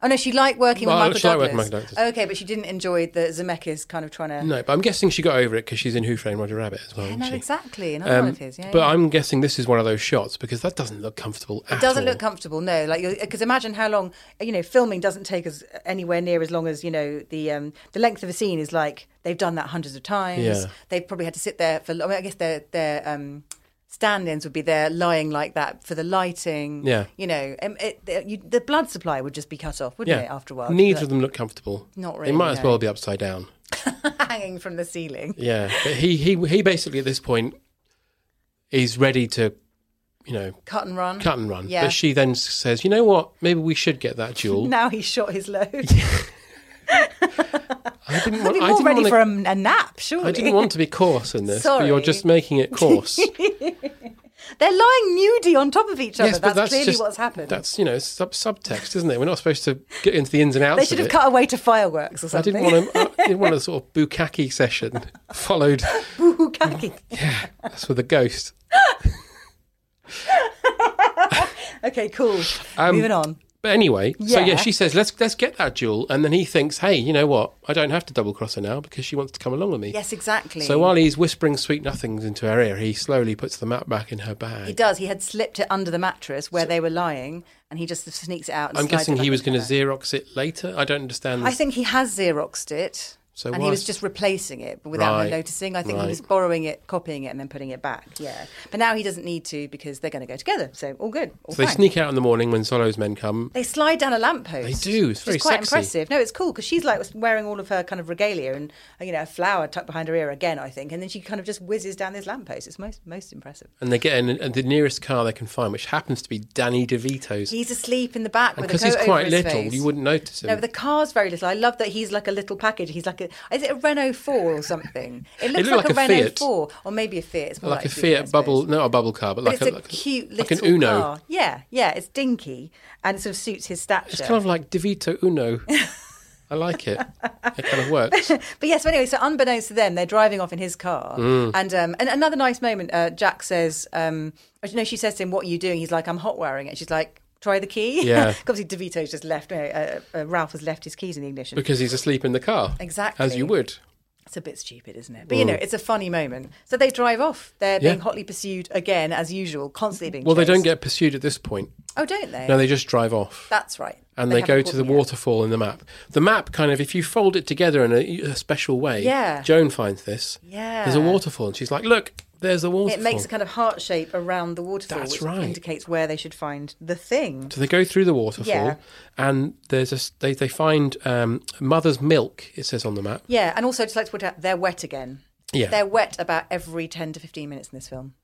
S7: Oh no, she liked working
S6: Well,
S7: with Michael
S6: she liked
S7: Douglas.
S6: working with Michael Douglas.
S7: Okay, but she didn't enjoy the Zemeckis kind of trying to.
S6: No, but I'm guessing she got over it because she's in Who Framed Roger Rabbit as well.
S7: Yeah,
S6: isn't
S7: no,
S6: she? Um,
S7: exactly. And I know it is. Yeah,
S6: but
S7: yeah.
S6: I'm guessing this is one of those shots because that doesn't look comfortable at
S7: It doesn't
S6: all.
S7: look comfortable, no. Like, because imagine how long you know filming doesn't take us anywhere near as long as you know the um, the length of a scene is like they've done that hundreds of times.
S6: Yeah.
S7: They've probably had to sit there for. I, mean, I guess their their um, stand-ins would be there lying like that for the lighting.
S6: Yeah.
S7: you know, um, it, the, you, the blood supply would just be cut off, wouldn't
S6: yeah.
S7: it? After a while,
S6: Neither
S7: Like,
S6: of them look comfortable.
S7: Not
S6: They might
S7: really,
S6: as
S7: no.
S6: well be upside down.
S7: <laughs> hanging from the ceiling.
S6: Yeah. But he, he, he basically at this point is ready to, you know,
S7: Cut and run.
S6: cut and run.
S7: Yeah.
S6: But she then says, you know what? Maybe we should get that
S7: <laughs>
S6: jewel.
S7: Now he's shot his load. <laughs>
S6: I didn't
S7: I'd
S6: want,
S7: be
S6: I
S7: more
S6: didn't
S7: ready
S6: wanna-
S7: for a, a nap,
S6: <laughs>
S7: surely.
S6: I didn't want to be coarse in this, but you're
S7: Sorry.
S6: just making
S7: <laughs>
S6: it coarse.
S7: They're lying nudie on top of each other.
S6: Yes, but
S7: that's,
S6: that's
S7: clearly
S6: just-
S7: what's happened.
S6: That's you know sub subtext, isn't it? We're not supposed to get into the ins and outs.
S7: They should
S6: of
S7: have
S6: it.
S7: cut away to fireworks or
S6: I
S7: something.
S6: didn't want
S7: <laughs>
S6: to. I didn't want a sort of bukkake session <laughs> followed. <laughs>
S7: Bukkake.
S6: That's with a ghost.
S7: okay, cool.
S6: Um,
S7: Moving on.
S6: But anyway, so yeah,
S7: Yeah.
S6: she says, "Let's let's get that jewel," and then he thinks, "Hey, you know what? I don't have to double cross her now because she wants to come along with me."
S7: Yes, exactly.
S6: So while he's whispering sweet nothings into her ear, he slowly puts the map back in her bag.
S7: he does, he had slipped it under the mattress where they were lying, and he just sneaks it out. And
S6: I'm
S7: slides
S6: guessing
S7: it
S6: he
S7: back
S6: was
S7: into
S6: going to
S7: her.
S6: Xerox it later. I don't understand.
S7: I think he has xeroxed it.
S6: So
S7: and
S6: why-
S7: he was just replacing it but without
S6: Right,
S7: her noticing. I think
S6: right.
S7: he was borrowing it, copying it, and then putting it back. Yeah, but now he doesn't need to because they're going to go together. So all good. All
S6: So they
S7: fine.
S6: sneak out in the morning when Solo's men come.
S7: They slide down a lamppost.
S6: They do. It's
S7: which
S6: very
S7: is quite
S6: sexy.
S7: impressive. No, it's cool because she's like wearing all of her kind of regalia and you know a flower tucked behind her ear again, I think, and then she kind of just whizzes down this lamppost. It's most most impressive.
S6: And they get in and the nearest car they can find, which happens to be Danny DeVito's.
S7: He's asleep in the back with a coat
S6: because he's
S7: over
S6: quite
S7: his
S6: little,
S7: face.
S6: you wouldn't notice him.
S7: No, the car's very little. I love that he's like a little package. He's like a is it a Renault four
S6: <laughs>
S7: or something? It looks
S6: looked
S7: like,
S6: like
S7: a,
S6: a
S7: Renault
S6: Fiat.
S7: four or maybe a Fiat. It's more
S6: like a
S7: Fiat, I
S6: Fiat bubble, not a bubble car, but,
S7: But
S6: like
S7: it's
S6: a,
S7: a,
S6: like a-
S7: cute
S6: like
S7: little
S6: an Uno.
S7: car. Yeah, yeah. It's dinky and it sort of suits his stature.
S6: It's kind of like DeVito Uno. I like it. It kind of
S7: <laughs>
S6: works.
S7: but yes, but anyway, so unbeknownst to them, they're driving off in his car.
S6: Mm.
S7: And um, and another nice moment, uh, Jack says, um, you know, she says to him, What are you doing? He's like, I'm hot wiring it. She's like, Try the key. <laughs>
S6: Yeah.
S7: Obviously, DeVito's just left, you know, uh, uh, Ralph has left his keys in the ignition.
S6: Because he's asleep in the car.
S7: Exactly.
S6: As you would.
S7: It's a bit stupid, isn't it? But you know,
S6: Mm.
S7: it's a funny moment. So they drive off. They're
S6: Yeah.
S7: being hotly pursued again, as usual, constantly being
S6: Well, they don't
S7: chased.
S6: get pursued at this point.
S7: Oh, don't they?
S6: No, they just drive off.
S7: That's right.
S6: And they,
S7: haven't
S6: go
S7: caught
S6: to the
S7: them yet.
S6: waterfall in the map. The map kind of, if you fold it together in a, a special way,
S7: Yeah.
S6: Joan finds this.
S7: Yeah.
S6: There's a waterfall, and she's like, "Look, there's a waterfall."
S7: It makes a kind of heart shape around the waterfall,
S6: That's
S7: which
S6: right.
S7: indicates where they should find the thing.
S6: so they go through the waterfall,
S7: Yeah.
S6: and there's a s- they they find um, mother's milk. It says on the map.
S7: Yeah, and also just like to point out, they're wet again.
S6: Yeah.
S7: they're wet about every ten to fifteen minutes in this film.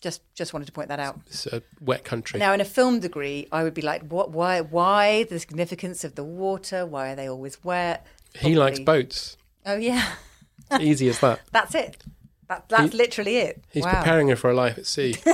S7: Just, just wanted to point that out.
S6: It's a wet country.
S7: Now, in a film degree, I would be like, what? Why? Why the significance of the water? Why are they always wet?
S6: he likes
S7: Probably- <laughs>
S6: boats.
S7: Oh yeah,
S6: Easy as that.
S7: that's it. That, that's
S6: He-
S7: literally it.
S6: He's
S7: wow.
S6: preparing her for a life at sea.
S7: <laughs>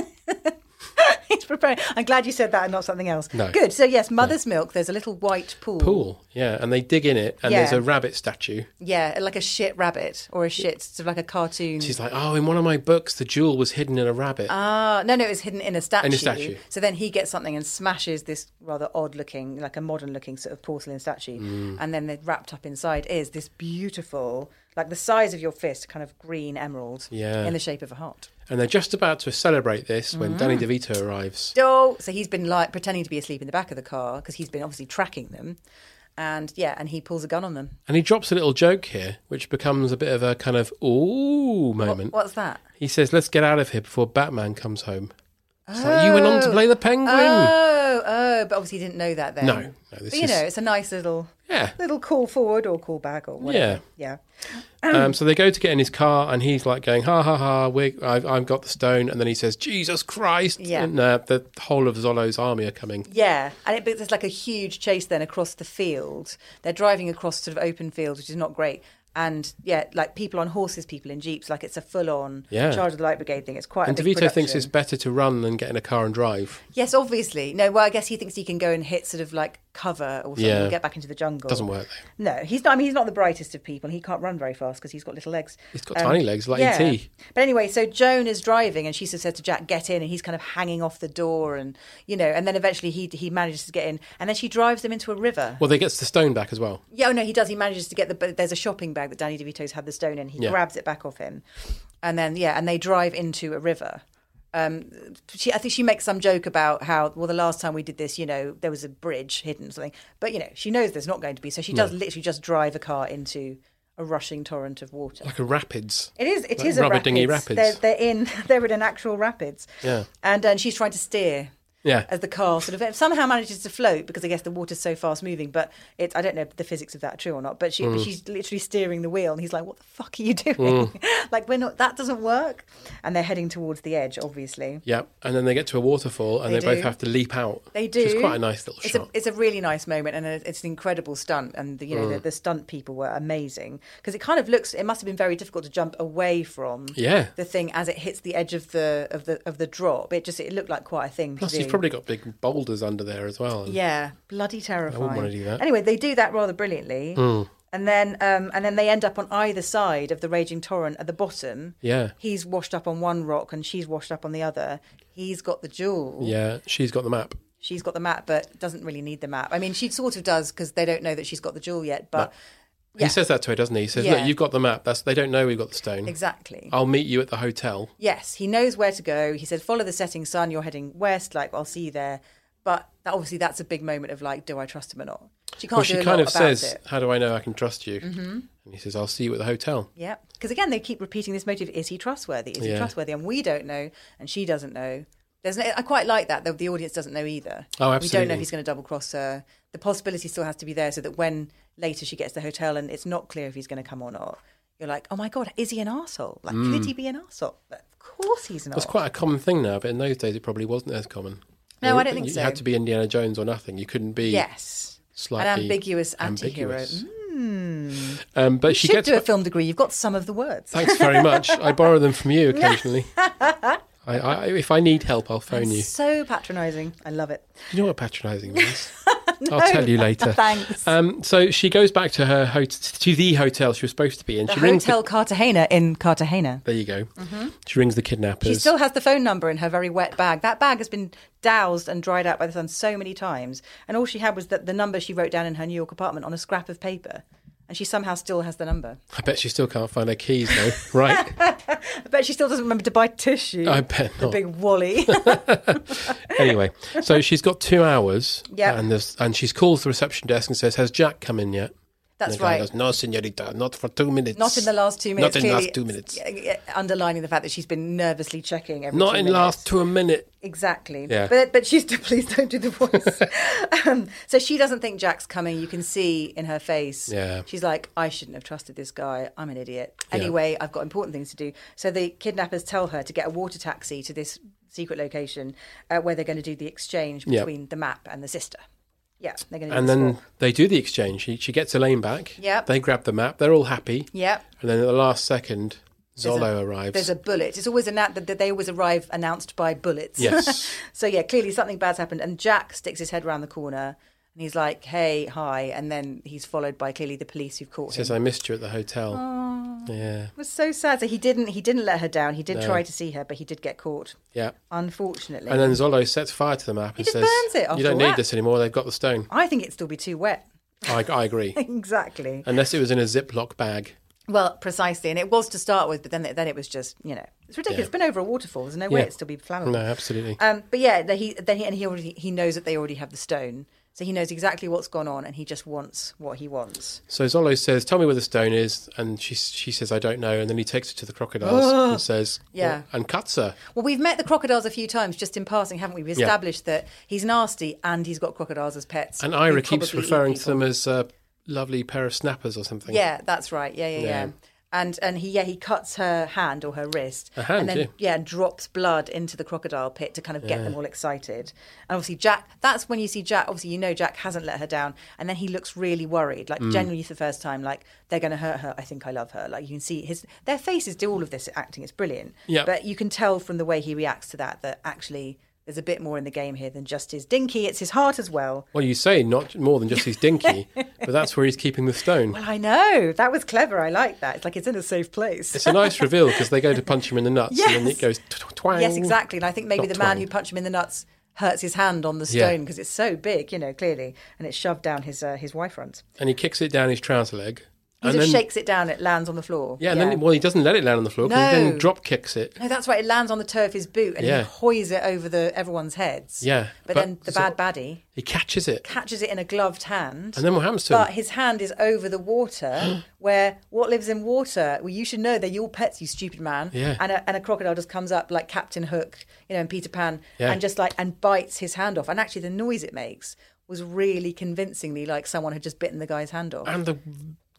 S7: He's preparing. I'm glad you said that and not something else.
S6: No.
S7: Good. So yes, mother's milk. There's a little white
S6: Pool, yeah, and they dig in it, and there's
S7: Yeah.
S6: a rabbit statue.
S7: Yeah, like a shit rabbit or a shit, sort of like a cartoon.
S6: She's like, "Oh, in one of my books, the jewel was hidden in a rabbit."
S7: ah, no, no, it's hidden in a statue.
S6: In a statue.
S7: So then he gets something and smashes this rather odd looking, like a modern looking sort of porcelain statue.
S6: Mm.
S7: And then the- wrapped up inside is this beautiful, like the size of your fist, kind of green emerald
S6: Yeah.
S7: in the shape of a heart.
S6: And they're just about to celebrate this when
S7: Mm.
S6: Danny DeVito arrives.
S7: Oh, so he's been like pretending to be asleep in the back of the car because he's been obviously tracking them. And yeah, and he pulls a gun on them.
S6: And he drops a little joke here, which becomes a bit of a kind of ooh moment.
S7: What's that?
S6: He says, "Let's get out of here before Batman comes home." It's like you went on to
S7: Oh.
S6: play the Penguin.
S7: Oh, oh, but obviously he didn't know that then.
S6: No, no, this
S7: but, you
S6: is-
S7: know, it's a nice little
S6: Yeah.
S7: little call forward or call back or whatever. Yeah.
S6: Um, so they go to get in his car, and he's like going, "Ha ha ha! We're, I've, I've got the stone." And then he says, "Jesus Christ!"
S7: Yeah.
S6: And uh, the whole of Zolo's army are coming.
S7: Yeah, and it, there's like a huge chase then across the field. They're driving across sort of open fields, which is not great. And yeah, like people on horses, people in jeeps, like it's a full on
S6: Yeah.
S7: charge of the light brigade thing. It's quite.
S6: and
S7: a big
S6: DeVito thinks
S7: production.
S6: it's better to run than get in a car and drive.
S7: Yes, obviously. No, well, I guess he thinks he can go and hit sort of like cover or something
S6: Yeah.
S7: and get back into the jungle.
S6: Doesn't work,
S7: No, he's not. I mean, he's not the brightest of people. He can't run very fast because he's got little legs. Um,
S6: He's got tiny legs, like E.T..
S7: But anyway, so Joan is driving and she sort of says to Jack, "Get in," and he's kind of hanging off the door, and you know, and then eventually he he manages to get in, and then she drives them into a river.
S6: Well, they gets the stone back as well.
S7: Yeah, oh no, he does. He manages to get the. But there's a shopping bag that Danny DeVito's had the stone in. He
S6: Yeah.
S7: grabs it back off him, and then yeah, and they drive into a river. Um, she, I think she makes some joke about how well the last time we did this, you know, there was a bridge hidden or something. But you know, she knows there's not going to be, so she does
S6: No.
S7: literally just drive a car into a rushing torrent of water.
S6: Like a rapids.
S7: It is. It
S6: Like
S7: is a
S6: rubber
S7: rapids.
S6: dinghy rapids.
S7: They're, they're in. <laughs> They're in an actual rapids,
S6: Yeah.
S7: and and she's trying to steer
S6: Yeah.
S7: as the car sort of somehow manages to float because I guess the water's so fast moving. But it's I don't know if the physics of that are true or not. But she
S6: Mm.
S7: she's literally steering the wheel, and he's like, "What the fuck are you <laughs> doing?
S6: Mm.
S7: like we're not that doesn't work." And they're heading towards the edge, obviously.
S6: Yeah. And then they get to a waterfall and
S7: They
S6: they,
S7: do.
S6: both have to leap out.
S7: They
S6: which
S7: do.
S6: is quite a nice little
S7: it's
S6: shot.
S7: A, it's a really nice moment, and a, it's an incredible stunt. And the, you know, the,
S6: Mm.
S7: the stunt people were amazing because it kind of looks. It must have been very difficult to jump away from
S6: Yeah.
S7: the thing as it hits the edge of the of the of the drop. It just it looked like quite a thing.
S6: Plus,
S7: to do.
S6: you've probably got big boulders under there as well. and-
S7: yeah, bloody terrifying.
S6: wanna do that.
S7: Anyway, they do that rather brilliantly.
S6: Mm.
S7: And then, um, and then they end up on either side of the raging torrent at the bottom.
S6: Yeah.
S7: he's washed up on one rock and she's washed up on the other. He's got the jewel.
S6: Yeah. She's got the map.
S7: she's got the map, but doesn't really need the map. I mean, she sort of does because they don't know that she's got the jewel yet. But Yeah.
S6: He says that to her, doesn't he? He says,
S7: Yeah.
S6: "Look, you've got the map. That's they don't know we've got the stone.
S7: exactly,
S6: I'll meet you at the hotel."
S7: yes, he knows where to go. He said, "Follow the setting sun. You're heading west. Like I'll see you there." But that, obviously, that's a big moment of like, do I trust him or not? She can't.
S6: well, she
S7: do a
S6: kind
S7: lot
S6: of
S7: about
S6: says,
S7: it.
S6: "How do I know I can trust you?"
S7: Mhm.
S6: And he says, "I'll see you at the hotel."
S7: Yeah, because again, they keep repeating this motive: is he trustworthy? Is he
S6: Yeah.
S7: trustworthy? And we don't know, and she doesn't know. There's, no, I quite like that. The, the audience doesn't know
S6: Oh,
S7: either. We don't know
S6: absolutely.
S7: if he's going to double cross her. The possibility still has to be there, so that when later she gets to the hotel and it's not clear if he's going to come or not, you're like, oh my god, is he an arsehole? Like, could
S6: Mm.
S7: he be an arsehole? But of course he's not.
S6: That's quite a common thing now, but in those days it probably wasn't as common.
S7: No,
S6: You-
S7: I don't think
S6: you
S7: so.
S6: had to be Indiana Jones or nothing. You couldn't be
S7: yes,
S6: slightly
S7: an ambiguous anti-hero.
S6: ambiguous.
S7: Mm.
S6: Um, but she
S7: should
S6: gets.
S7: do a film degree. You've got some of the words.
S6: Thanks
S7: <laughs>
S6: very much. I borrow them from you occasionally. I, I, if I need help, I'll phone you.
S7: so patronising. I love it.
S6: You know what patronising means.
S7: <laughs> No,
S6: I'll tell you later.
S7: Thanks.
S6: Um, so she goes back to her hot to the hotel she was supposed to be in.
S7: The
S6: she rings.
S7: Hotel Cartagena in Cartagena.
S6: there you go. She rings the kidnappers.
S7: She still has the phone number in her very wet bag. That bag has been doused and dried out by the sun so many times, and all she had was that the number she wrote down in her New York apartment on a scrap of paper, and she somehow still has the number.
S6: I bet she still can't find her keys though.
S7: <laughs>
S6: right.
S7: I bet she still doesn't remember to buy tissue.
S6: I bet
S7: the
S6: not.
S7: big wally.
S6: Anyway, so she's got two hours.
S7: Yep.
S6: And there's and she's calls the reception desk and says, "Has Jack come in yet?"
S7: <laughs> That's
S6: and the guy
S7: right.
S6: Goes, no, señorita, not for two minutes.
S7: Not in the last two minutes.
S6: Not in the
S7: clearly,
S6: last two minutes.
S7: yeah, yeah, Eh, Underlining the fact that she's been nervously checking every.
S6: Not
S7: two
S6: in
S7: minutes.
S6: last two minutes.
S7: Exactly.
S6: Yeah.
S7: But but she's <laughs> please don't do the
S6: <laughs>
S7: voice. um, so she doesn't think Jack's coming. You can see in her face.
S6: Yeah.
S7: She's like, I shouldn't have trusted this guy. I'm an idiot.
S6: Yeah.
S7: Anyway, I've got important things to do. So the kidnappers tell her to get a water taxi to this secret location uh, where they're going to do the exchange
S6: Yeah.
S7: between the map and the sister. Yeah, they're going to.
S6: And then they do the exchange. She, she gets Elaine back.
S7: Yep.
S6: They grab the map. They're all happy.
S7: Yep.
S6: And then at the last second,
S7: There's a-
S6: Zolo arrives.
S7: There's a bullet. It's always announced that they always arrive announced by bullets.
S6: Yes.
S7: <laughs> so yeah, clearly something bad's happened, and Jack sticks his head around the corner and he's like, "Hey, hi," and then he's followed by clearly the police who've caught
S6: says,
S7: him.
S6: "I missed you at the hotel."
S7: Aw.
S6: Yeah.
S7: It was so sad. So he didn't. He didn't let her down. He did
S6: No.
S7: try to see her, but he did get caught.
S6: Yeah.
S7: Unfortunately.
S6: And then Zolo sets fire to the map and
S7: just
S6: says,
S7: burns it after
S6: "You don't
S7: all
S6: need
S7: that."
S6: this anymore. They've got the stone."
S7: I think it'd still be too wet.
S6: I, I agree.
S7: <laughs> exactly.
S6: Unless it was in a Ziploc bag.
S7: Well, precisely, and it was to start with, but then then it was just you know it's ridiculous.
S6: Yeah.
S7: It's been over a waterfall. There's no way
S6: Yeah.
S7: it'd still be flammable.
S6: No, absolutely.
S7: Um, but yeah, then he then he, and he already he knows that they already have the stone, so he knows exactly what's gone on, and he just wants what he wants.
S6: So Zolo says, "Tell me where the stone is," and she she says, "I don't know." And then he takes her to the crocodiles
S7: <gasps> Ugh.
S6: and says, "Oh,"
S7: Yeah.
S6: and cuts her."
S7: Well, we've met the crocodiles a few times just in passing, haven't we? We
S6: Yeah.
S7: established that he's nasty and he's got crocodiles as pets.
S6: And
S7: who
S6: Ira keeps
S7: probably eat
S6: referring to
S7: people.
S6: them as a lovely pair of snappers or something.
S7: Yeah, that's right. Yeah, yeah, yeah.
S6: Yeah.
S7: and and he yeah he cuts her hand or her wrist
S6: Her hand,
S7: and then
S6: yeah.
S7: and drops blood into the crocodile pit to kind of get
S6: Yeah.
S7: them all excited and obviously jack that's when you see jack obviously you know jack hasn't let her down and then he looks really worried like
S12: Mm.
S7: genuinely for the first time like they're going to hurt her i think i love her like you can see his their faces do all of this acting it's brilliant
S12: Yeah.
S7: but you can tell from the way he reacts to that that actually there's a bit more in the game here than just his dinky it's his heart as well
S6: Well, you say not more than just his
S7: <laughs>
S6: dinky, but that's where he's keeping the stone.
S7: well i know that was clever i like that it's like it's in a safe place
S6: It's a
S7: <laughs>
S6: nice reveal because they go to punch him in the nuts and then
S7: Yes.
S6: it goes tw- tw- twang.
S7: Yes, exactly. And I think maybe
S6: Not
S7: the man
S6: twang.
S7: who punched him in the nuts hurts his hand on the
S6: Yeah.
S7: stone because it's so big, you know, clearly, and it's shoved down his uh, his wife front.
S6: And he kicks it down his trouser leg.
S7: He
S6: and
S7: just
S6: then,
S7: shakes it down. It lands on the floor.
S6: Yeah, and then, well, he doesn't let it land on the floor because he
S7: No.
S6: then drop kicks it.
S7: no, that's right. It lands on the turf of his boot, and
S6: Yeah.
S7: he hoys it over the everyone's heads.
S6: Yeah,
S7: but,
S6: but-
S7: then the
S6: so-
S7: bad baddie
S6: He catches it.
S7: catches it in a gloved hand.
S6: And then what happens to him?
S7: But his hand is over the
S6: <gasps>
S7: water, where what lives in water? Well, you should know they're your pets, you stupid man.
S6: Yeah.
S7: And a, and a crocodile just comes up like Captain Hook, you know, and Peter Pan,
S6: Yeah.
S7: and just like and bites his hand off. And actually, the noise it makes was really convincingly like someone had just bitten the guy's hand off.
S6: And the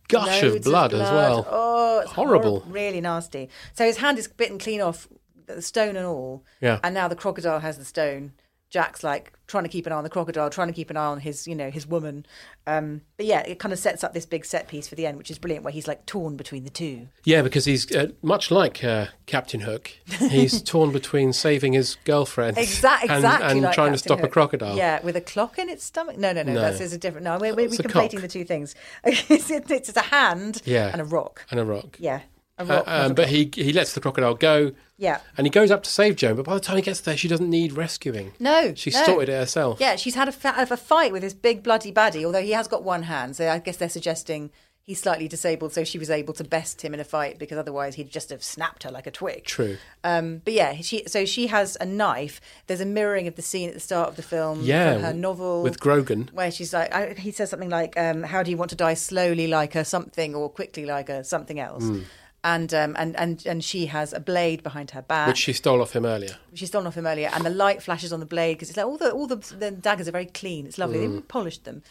S6: gush
S7: Loads
S6: of blood, as well.
S7: Oh, it's
S6: Horrible.
S7: horrib- really nasty. So his hand is bitten clean off, the stone and all.
S6: Yeah.
S7: And now the crocodile has the stone. Jack's like trying to keep an eye on the crocodile, trying to keep an eye on his, you know, his woman. Um, but yeah, it kind of sets up this big set piece for the end, which is brilliant, where he's like torn between
S6: <laughs>
S7: the two.
S6: Yeah, because he's uh, much like uh, Captain Hook.
S7: <laughs>
S6: He's torn between saving his girlfriend
S7: Exact,
S6: and,
S7: exactly.
S6: and
S7: like
S6: trying to
S7: Captain
S6: stop a
S7: Hook.
S6: crocodile.
S7: Yeah, with a clock in its stomach. No, no, no.
S6: No.
S7: That's is a different. No, we're, we're
S6: It's a
S7: conflating
S6: cock.
S7: the two things. <laughs> it's, it's a hand
S6: Yeah.
S7: and a rock.
S6: And a rock.
S7: Yeah, a
S6: Uh,
S7: rock. not
S6: um,
S7: a
S6: but he he lets the crocodile go.
S7: Yeah.
S6: And he goes up to save Joan, but by the time he gets there, she doesn't need rescuing.
S7: No,
S6: She
S7: no.
S6: sorted it herself.
S7: Yeah, she's had a, fa- of a fight with this big bloody baddie, although he has got one hand. So I guess they're suggesting he's slightly disabled, so she was able to best him in a fight because otherwise he'd just have snapped her like a twig.
S6: True.
S7: Um, but yeah, she, so she has a knife. There's a mirroring of the scene at the start of the film
S6: Yeah,
S7: from her novel
S6: with Grogan.
S7: where she's like, I, he says something like, um, "How do you want to die? Slowly like a something, or quickly like a something else."
S6: Mm.
S7: And, um, and and and she has a blade behind her back
S6: Which she stole off him earlier.
S7: which is stolen off him earlier, and the light flashes on the blade because it's like all the all the, the daggers are very clean. It's lovely. They
S6: Mm.
S7: polished them,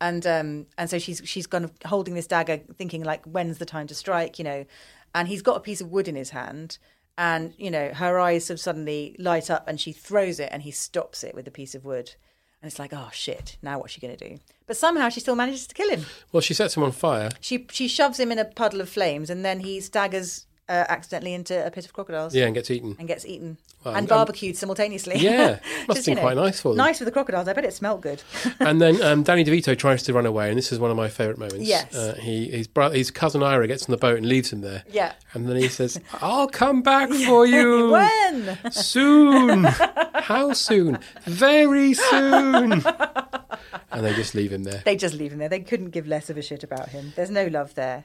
S7: and um and so she's she's kind of holding this dagger, thinking like, when's the time to strike? You know, and he's got a piece of wood in his hand, and you know her eyes sort of suddenly light up, and she throws it, and he stops it with a piece of wood, and it's like, oh shit, now what's she gonna do? But somehow she still manages to kill him.
S6: Well, she sets him on fire.
S7: She she shoves him in a puddle of flames, and then he staggers. Uh, accidentally into a pit of crocodiles.
S6: Yeah, and gets eaten.
S7: And gets eaten.
S6: Well,
S7: and
S6: and-
S7: barbecued simultaneously. <laughs>
S6: Yeah, must have been
S7: you
S6: quite nice for them.
S7: Nice for the crocodiles. I bet it smelled good. <laughs>
S6: and then um, Danny DeVito tries to run away, and this is one of my favourite moments.
S7: Yes.
S6: Uh, he, his, brother, his cousin Ira gets on the boat and leaves him there.
S7: Yeah.
S6: And then he says, I'll come
S7: <laughs>
S6: back for you.
S7: when? <laughs>
S6: Soon. How soon? Very soon. And they just leave him there.
S7: They just leave him there. They couldn't give less of a shit about him. There's no love there.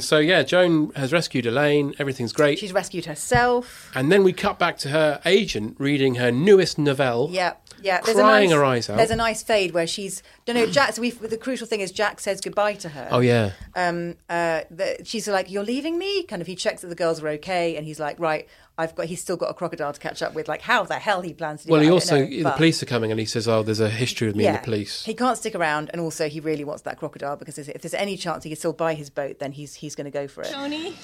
S6: so, yeah, Joan has rescued Elaine. Everything's great.
S7: She's rescued herself.
S6: And then we cut back to her agent reading her newest novelle.
S7: Yeah, yeah.
S6: Crying
S7: a nice,
S6: her eyes out.
S7: There's a nice fade where she's no, no. Jack. So we the crucial thing is Jack says goodbye to her.
S6: Oh, yeah.
S7: Um. Uh. The, she's like, "You're leaving me." Kind of. He checks that the girls are okay, and he's like, "Right, I've got." He's still got a crocodile to catch up with. Like, how the hell he plans to do
S6: Well,
S7: that,
S6: he
S7: I don't
S6: also,
S7: know,
S6: the
S7: but-
S6: police are coming, and he says, Oh, there's a history with me and the police.
S7: He can't stick around, and also he really wants that crocodile because if there's any chance he can still buy his boat, then he's he's going to go for it.
S14: Tony?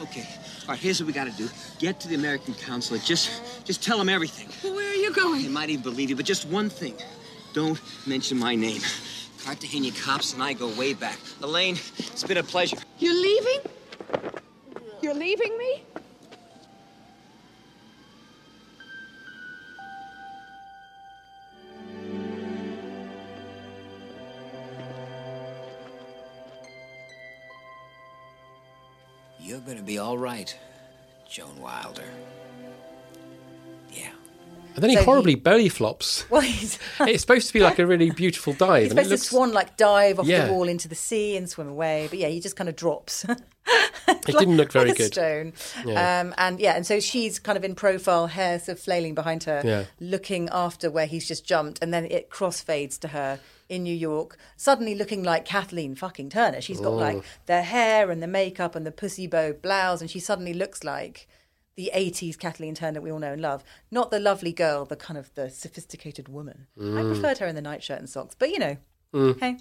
S14: Okay. All right, here's what we gotta do. Get to the American consulate. Just just tell them everything. Where are you going? They might even believe you, but just one thing. Don't mention my name. Cartagena cops and I go way back. Elaine, it's been a pleasure.
S5: You're leaving? You're leaving me?
S4: You're gonna be all right, Joan Wilder.
S6: And then he
S7: So he-
S6: horribly belly
S7: <laughs>
S6: flops.
S7: Well, he's
S6: it's supposed to be like a really beautiful dive.
S7: He's
S6: and it
S7: supposed
S6: looks,
S7: to swan like dive off
S6: Yeah.
S7: the wall into the sea and swim away, but yeah, he just kind of drops. <laughs>
S6: It didn't look very
S7: like a
S6: good.
S7: Stone,
S6: Yeah.
S7: um, and yeah, and so she's kind of in profile, hair sort of flailing behind her,
S6: Yeah.
S7: looking after where he's just jumped, and then it crossfades to her in New York, suddenly looking like Kathleen fucking Turner. She's got
S12: Oh.
S7: like the hair and the makeup and the pussy bow blouse, and she suddenly looks like the 80s Kathleen Turner that we all know and love. Not the lovely girl, the kind of the sophisticated woman. I
S6: Mm.
S7: preferred her in the nightshirt and socks, but you know,
S6: Mm.
S7: hey.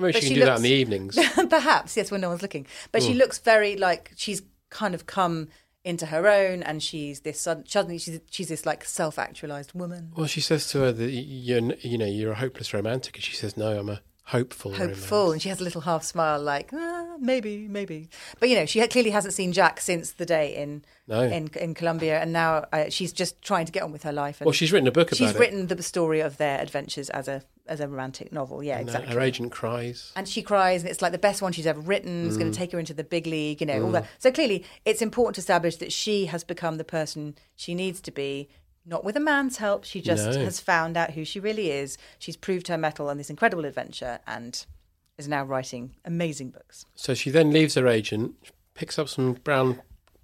S6: Maybe
S7: But
S6: she
S7: she
S6: can do that in the
S7: looks-
S6: evenings.
S7: <laughs> Perhaps, yes, when no one's looking. But she
S6: Mm.
S7: looks very like she's kind of come into her own and she's this sudden, suddenly she's, she's this like self actualized woman.
S6: Well, she says to her that y- you're, n- you know, you're a hopeless romantic, and she says, "No, I'm a hopeful, romantic."
S7: Hopeful, and she has a little half smile, like ah, maybe, maybe. But you know, she ha- clearly hasn't seen Jack since the day in
S6: No.
S7: in, in Colombia, and now uh, she's just trying to get on with her life. And
S6: Well, she's written a book
S7: She's
S6: about it.
S7: written the story of their adventures as a as a romantic novel. Yeah,
S6: And, uh,
S7: exactly.
S6: Her agent cries.
S7: and she cries, and it's like the best one she's ever written. It's going
S6: Mm.
S7: to take her into the big league, you know, all
S6: Mm.
S7: that. So clearly, it's important to establish that she has become the person she needs to be, not with a man's help. She just
S6: No.
S7: has found out who she really is. She's proved her mettle on this incredible adventure, and is now writing amazing books.
S6: So she then leaves her agent, picks up some brown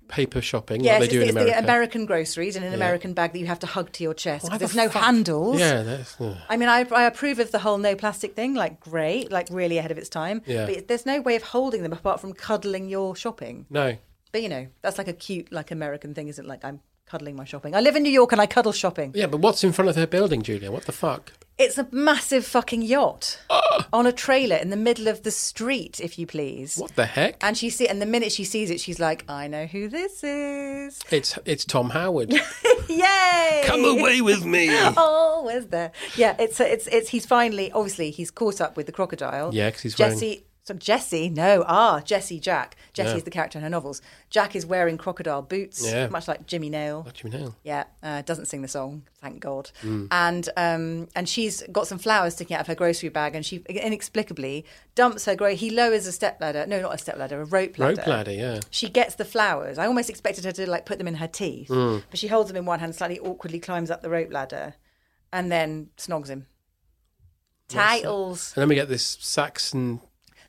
S6: paper shopping
S7: yes,
S6: like
S7: it's,
S6: they do
S7: the,
S6: in
S7: it's
S6: America.
S7: the American groceries in an
S6: Yeah.
S7: American bag that you have to hug to your chest. 'cause
S6: Why the
S7: there's no handles.
S6: Yeah, that's. uh, ugh.
S7: I mean, I, I approve of the whole no plastic thing. Like, great, like really ahead of its time.
S6: Yeah.
S7: But there's no way of holding them apart from cuddling your shopping.
S6: No.
S7: But you know, that's like a cute, like American thing, isn't it? Like I'm cuddling my shopping. I live in New York and I cuddle shopping.
S6: Yeah, but what's in front of her building, Julia? What the fuck?
S7: It's a massive
S6: <gasps>
S7: fucking yacht on a trailer in the middle of the street, if you please.
S6: What the heck?
S7: And she see, and the minute she sees it, she's like, "I know who this is." <laughs>
S6: It's it's Tom Howard.
S7: Yay!
S6: Come
S7: <laughs>
S6: away with me.
S7: Oh. Always there. Yeah, it's it's it's he's finally obviously he's caught up with the crocodile.
S6: Yeah, 'cause he's
S7: Jesse. So Jesse, no, ah, Jesse Jack. Jesse
S6: Yeah.
S7: is the character in her novels. Jack is wearing crocodile boots,
S6: Yeah.
S7: much like Jimmy Nail.
S6: Jimmy Nail.
S7: Yeah, uh, doesn't sing the song, thank God.
S6: Mm.
S7: And um, and she's got some flowers sticking out of her grocery bag, and she inexplicably dumps her. Gro- he lowers a step ladder. No, not a step ladder, a rope ladder.
S6: Rope ladder, yeah.
S7: She gets the flowers. I almost expected her to like put them in her teeth,
S6: Mm.
S7: but she holds them in one hand, slightly awkwardly climbs up the rope ladder, and then snogs him. Titles,
S6: And then we get this Saxon.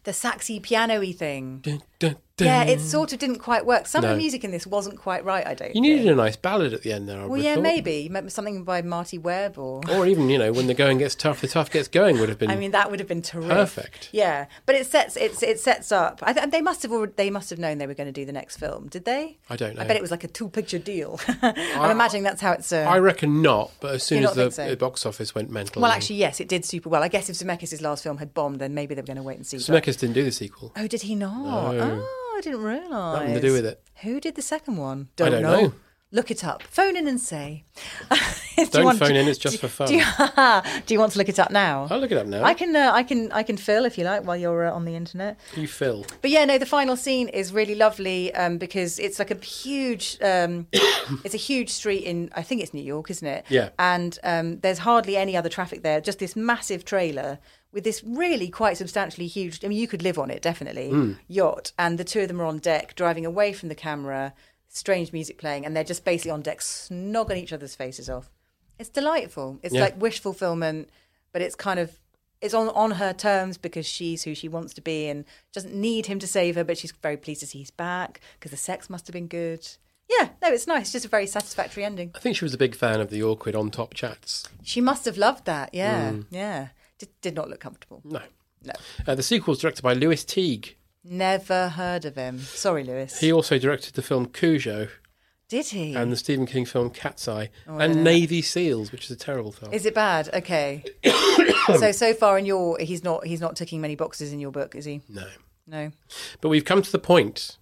S7: the saxy piano-y thing.
S6: Dun, dun, dun.
S7: Yeah, it sort of didn't quite work. Some of
S6: No.
S7: the music in this wasn't quite right. I don't.
S6: You needed a nice ballad at the end there. I
S7: well,
S6: would
S7: yeah,
S6: have thought.
S7: maybe Maybe something by Marty Webb or.
S6: Or even you know when the going gets tough, the tough gets going would have been.
S7: I mean, that would have been terrific.
S6: perfect.
S7: Yeah, but it sets it's it sets up. I th- they must have already, they must have known they were going to do the next film, did they?
S6: I don't know.
S7: I bet it was like a two picture deal. <laughs> I'm imagining that's how it's. Uh,
S6: I reckon not, but as soon
S7: You
S6: as the
S7: don't think so?
S6: uh, box office went mental,
S7: well,
S6: and-
S7: actually, yes, it did super well. I guess if Zemeckis' last film had bombed, then maybe they were going to wait and see. but-
S6: Zemeckis didn't do the sequel.
S7: Oh, did he not?
S6: No.
S7: Oh, I didn't realise.
S6: Nothing to do with it.
S7: Who did the second one?
S6: I don't know.
S7: Look it up. Phone in and say. <laughs>
S6: Don't phone in, it's just for fun. <laughs>
S7: Do you, <laughs> do you want to look it up now?
S6: I'll look it up now.
S7: I can, uh, I can, I can fill if you like while you're uh, on the internet.
S6: You Phil.
S7: But yeah, no, the final scene is really lovely um, because it's like a huge, um, <coughs> it's a huge street in, I think it's New York, isn't it?
S6: Yeah.
S7: And um, there's hardly any other traffic there, just this massive trailer with this really quite substantially huge, I mean, you could live on it definitely,
S6: Mm.
S7: yacht. And the two of them are on deck driving away from the camera, strange music playing, and they're just basically on deck snogging each other's faces off. It's delightful. It's
S6: Yeah.
S7: like wish fulfillment, but it's kind of it's on on her terms because she's who she wants to be and doesn't need him to save her. But she's very pleased to see he's back because the sex must have been good. Yeah, no, it's nice. Just a very satisfactory ending.
S6: I think she was a big fan of the awkward on top chats.
S7: She must have loved that. Yeah,
S6: Mm.
S7: yeah. Did, did not look comfortable.
S6: No.
S7: No.
S6: Uh, the sequel was directed by Lewis Teague.
S7: Never heard of him. Sorry, Lewis.
S6: He also directed the film Cujo
S7: Did he?
S6: and the Stephen King film Cat's Eye
S7: Oh, I don't know.
S6: and Navy Seals, which is a terrible film.
S7: Is it bad?
S6: <coughs>
S7: Okay. so so far in your he's not he's not ticking many boxes in your book, is he?
S6: No.
S7: No.
S6: But we've come to the point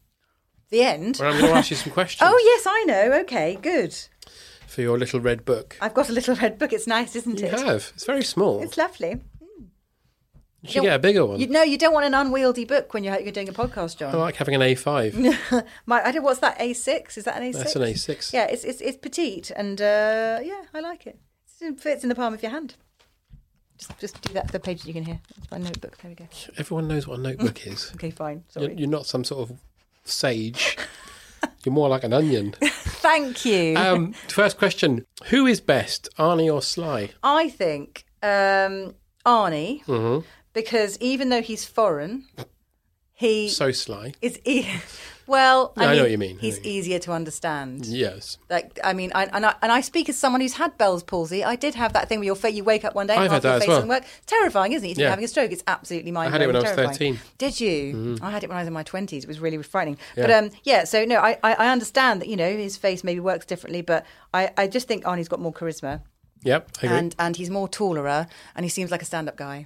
S7: The end.
S6: where I'm going to
S7: <laughs>
S6: ask you some questions
S7: Oh yes, I know. Okay, good.
S6: for your little red book.
S7: I've got a little red book. It's nice, isn't
S6: You
S7: it?
S6: have. It's very small.
S7: It's lovely.
S6: you should get a bigger one.
S7: You, no, you don't want an unwieldy book when you're, you're doing a podcast, John.
S6: Oh, I like having an A5.
S7: My, I don't. What's that? A six? Is that an A six?
S6: That's an A6.
S7: Yeah, it's it's, it's petite, and uh, yeah, I like it. It's in- fits in the palm of your hand. Just just do that. The page that you can hear. That's my notebook. There we go.
S6: Everyone knows what a notebook is.
S7: <laughs> Okay, fine.
S6: You're,
S7: Sorry.
S6: you're not some sort of sage. you're more like an onion.
S7: <laughs> Thank you.
S6: Um, first question Who is best, Arnie or Sly?
S7: <laughs> I think um, Arnie,
S6: hmm
S7: because even though he's foreign, he
S6: So sly.
S7: is e- <laughs> well.
S6: No, I
S7: I,
S6: know
S7: mean,
S6: what you mean. I know
S7: He's
S6: what
S7: easier to understand.
S6: Yes.
S7: Like I mean, I, and I and I speak as someone who's had Bell's palsy. I did have that thing where your fa- you wake up one day and
S6: I've had
S7: half
S6: that
S7: your
S6: as
S7: face
S6: well.
S7: doesn't work. It's terrifying, isn't it? You think
S6: Yeah.
S7: you're having a stroke. It's absolutely mind
S6: had it when I was
S7: terrifying.
S6: 13.
S7: Did you?
S6: Mhm.
S7: I had it when I was in my twenties. It was really frightening.
S6: Yeah.
S7: But um, yeah. So no, I, I I understand that you know his face maybe works differently, but I I just think Arnie's got more charisma
S6: Yep. I agree.
S7: and and he's more tallerer and he seems like a stand up guy.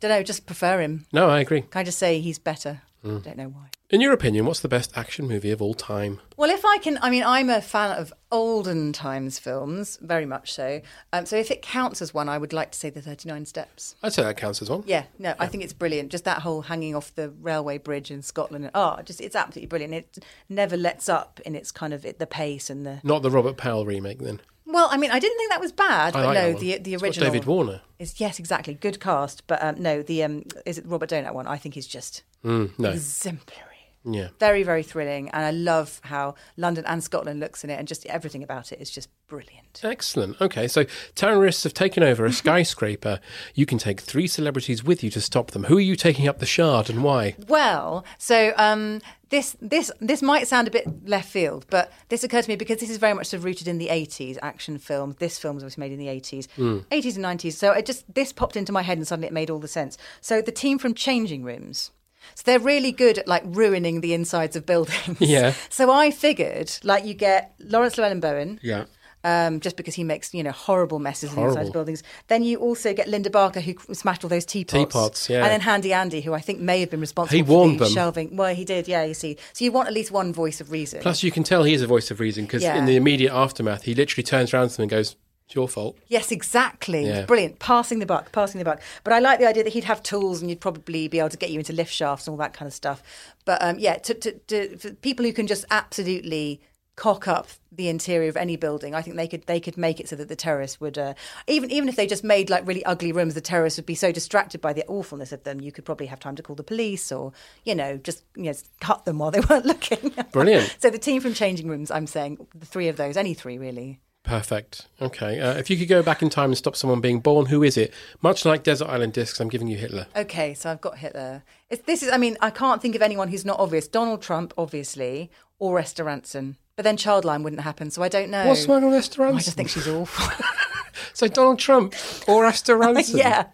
S7: Don't know, just prefer him.
S6: No, I agree.
S7: Can I just say he's better?
S6: Mm.
S7: Don't know why.
S6: In your opinion, what's the best action movie of all time?
S7: Well, if I can, I mean, I'm a fan of olden times films, very much so. Um, so if it counts as one, I would like to say the 39 Steps.
S6: I'd say that counts as one.
S7: Yeah, no, I think it's brilliant. Just that whole hanging off the railway bridge in Scotland. Oh, just it's absolutely brilliant. It never lets up in its kind of it, the pace and the.
S6: Not the Robert Powell remake, then.
S7: Well, I mean, I didn't think that was bad,
S6: I
S7: but
S6: like that
S7: no,
S6: one.
S7: the the
S6: It's got
S7: original.
S6: David Warner.
S7: Is, yes, exactly. Good cast, but um, no, the um, is it Robert Donat one? I think is just
S6: Mm, no.
S7: exemplary.
S6: Yeah.
S7: Very, very thrilling, and I love how London and Scotland looks in it, and just everything about it is just brilliant.
S6: Excellent. Okay, so terrorists have taken over
S7: <laughs>
S6: a skyscraper. you can take three celebrities with you to stop them. Who are you taking up the shard and why?
S7: Well, so um, this this this might sound a bit left field, but this occurred to me because this is very much sort of rooted in the eighties action film. This film was obviously made in the eighties,
S12: Mm.
S7: eighties and nineties. So it just this popped into my head, and suddenly it made all the sense. So the team from Changing Rooms. So they're really good at like ruining the insides of buildings.
S6: Yeah.
S7: <laughs> So I figured like you get Lawrence Llewellyn Bowen.
S6: Yeah.
S7: Um, just because he makes you know horrible messes in
S6: Horrible.
S7: inside buildings, then you also get Linda Barker who smashed all those teapots,
S6: Teapots, yeah.
S7: and then Handy Andy, who I think may have been responsible.
S6: He
S7: for
S6: warned
S7: the
S6: them.
S7: Shelving. Well, he did. Yeah, you see. So you want at least one voice of reason.
S6: Plus, you can tell he is a voice of reason because
S7: Yeah.
S6: in the immediate aftermath, he literally turns around to them and goes, It's your fault.
S7: Yes, exactly.
S6: Yeah.
S7: Brilliant. Passing the buck, passing the buck. But I like the idea that he'd have tools and you'd probably be able to get you into lift shafts and all that kind of stuff. But um, yeah, to, to, to, for people who can just absolutely cock up the interior of any building, I think they could they could make it so that the terrorists would uh, even even if they just made like really ugly rooms, the terrorists would be so distracted by the awfulness of them. You could probably have time to call the police or you know just you know cut them while they <laughs> weren't looking.
S6: Brilliant.
S7: so the team from Changing Rooms, I'm saying the three of those, any three really.
S6: Perfect. Okay. Uh, if you could go back in time and stop someone being born, who is it? Much like Desert Island Discs, I'm giving you Hitler.
S7: Okay, so I've got Hitler. It's, this is, I mean, I can't think of anyone who's not obvious. Donald Trump, obviously, or Esther Ranson. But then Childline wouldn't happen, so I don't know.
S6: What's wrong with Esther Ranson?
S7: Oh, I just think she's awful.
S6: <laughs> so Donald Trump or Esther Ranson?
S7: <laughs> Yeah.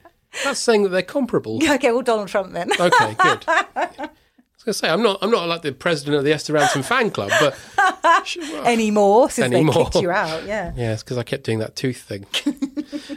S6: That's saying that they're comparable.
S7: <laughs> okay, well, Donald Trump then. <laughs>
S6: Okay, good. I was going to say I'm not I'm not like the president of the Esther Ranson fan club, but
S7: Anymore, since they
S6: Anymore.
S7: kicked you out, yeah.
S6: yeah, it's because I kept doing that tooth
S7: <laughs>
S6: thing.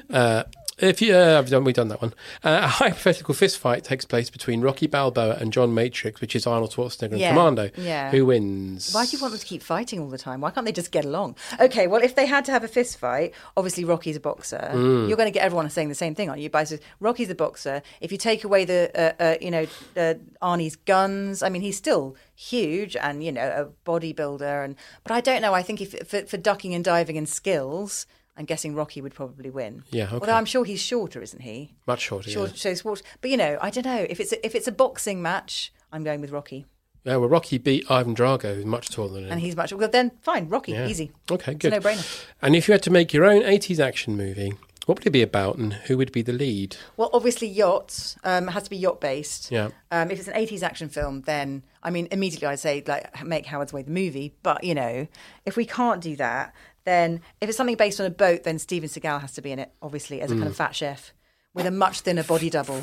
S6: uh, if you, uh, I've done, we've done that one. Uh, a hypothetical fist fight takes place between Rocky Balboa and John Matrix, which is Arnold Schwarzenegger and
S7: Yeah,
S6: Commando.
S7: yeah.
S6: Who wins?
S7: Why do you want them to keep fighting all the time? Why can't they just get along? Okay, well, if they had to have a fist fight, obviously Rocky's a boxer.
S6: Mm.
S7: You're going to get everyone saying the same thing, aren't you? By says Rocky's a boxer. If you take away the, uh, uh, you know, uh, Arnie's guns, I mean, he's still huge and you know a bodybuilder. And but I don't know. I think if for, for ducking and diving and skills, I'm guessing Rocky would probably win.
S6: Yeah, okay.
S7: Although I'm sure he's shorter, isn't he?
S6: Much shorter. yeah.
S7: Shorter, so sports. But you know, I don't know if it's a, if it's a boxing match. I'm going with Rocky.
S6: Yeah, well, Rocky beat Ivan Drago, who's much taller than him.
S7: And he's much. Well, then fine, Rocky,
S6: Yeah.
S7: easy.
S6: Okay,
S7: It's
S6: good.
S7: a no-brainer.
S6: And if you had to make your own 80s action movie, what would it be about and who would be the lead?
S7: Well, obviously, yachts um, it has to be yacht based.
S6: Yeah.
S7: Um, if it's an '80s action film, then I mean, immediately I'd say like make Howard's Way the movie. But you know, if we can't do that, then if it's something based on a boat, then Steven Seagal has to be in it, obviously, as a kind of
S12: Mm.
S7: fat chef. With a much thinner
S6: <laughs>
S7: body double.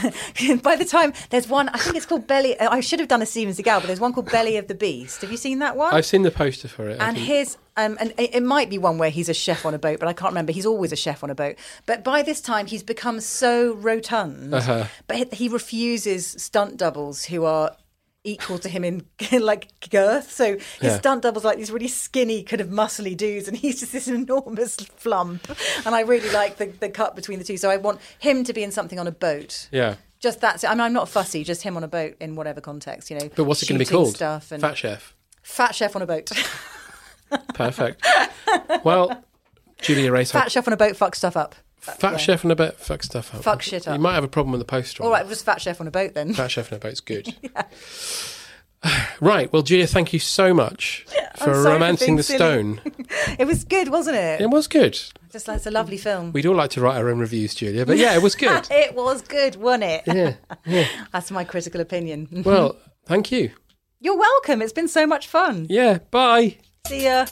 S7: <laughs> By the time there's one, I think it's called Belly. I should have done a Steven Seagal, but there's one called Belly of the Beast. Have you seen that one?
S6: I've seen the poster for it. I
S7: And
S6: think.
S7: his, um, and it it might be one where he's a chef on a boat, but I can't remember. He's always a chef on a boat. But by this time, he's become so rotund.
S12: Uh-huh.
S7: But he- he refuses stunt doubles who are equal to him in <laughs> like girth. So his
S12: Yeah.
S7: stunt doubles like these really skinny, kind of muscly dudes, and he's just this enormous flump. And I really like the, the cut between the two. So I want him to be in something on a boat.
S6: Yeah.
S7: Just that's it. I mean, I'm not fussy. Just him on a boat in whatever context, you know.
S6: But what's it going to be
S7: shooting
S6: called?
S7: Stuff and
S6: Fat Chef.
S7: Fat chef on a boat. <laughs>
S6: Perfect. well, Julia Race.
S7: Fat chef on a boat fuck stuff up.
S6: Fat
S7: yeah.
S6: Chef and a bit. Fuck stuff up.
S7: Fuck shit up.
S6: You might have a problem with the poster.
S7: All right, we'll just fat chef on a boat
S6: <laughs>
S7: then.
S6: Fat Chef and a boat's good. Right. Well, Julia, thank you so
S7: <laughs>
S6: much
S7: I'm
S6: for
S7: sorry for
S6: romancing
S7: being
S6: the
S7: silly. <laughs>
S6: stone.
S7: <laughs> it was good, wasn't it?
S6: It was good.
S7: Just like it's a lovely film.
S6: We'd all like to write our own reviews, Julia, but yeah, it was good.
S7: <laughs> it was good, wasn't it?
S6: Yeah, yeah.
S7: <laughs> That's my critical opinion.
S6: well, thank you.
S7: you're welcome. It's been so much fun.
S6: Yeah. Bye.
S7: See ya.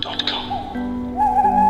S1: GreatBigOwl.com.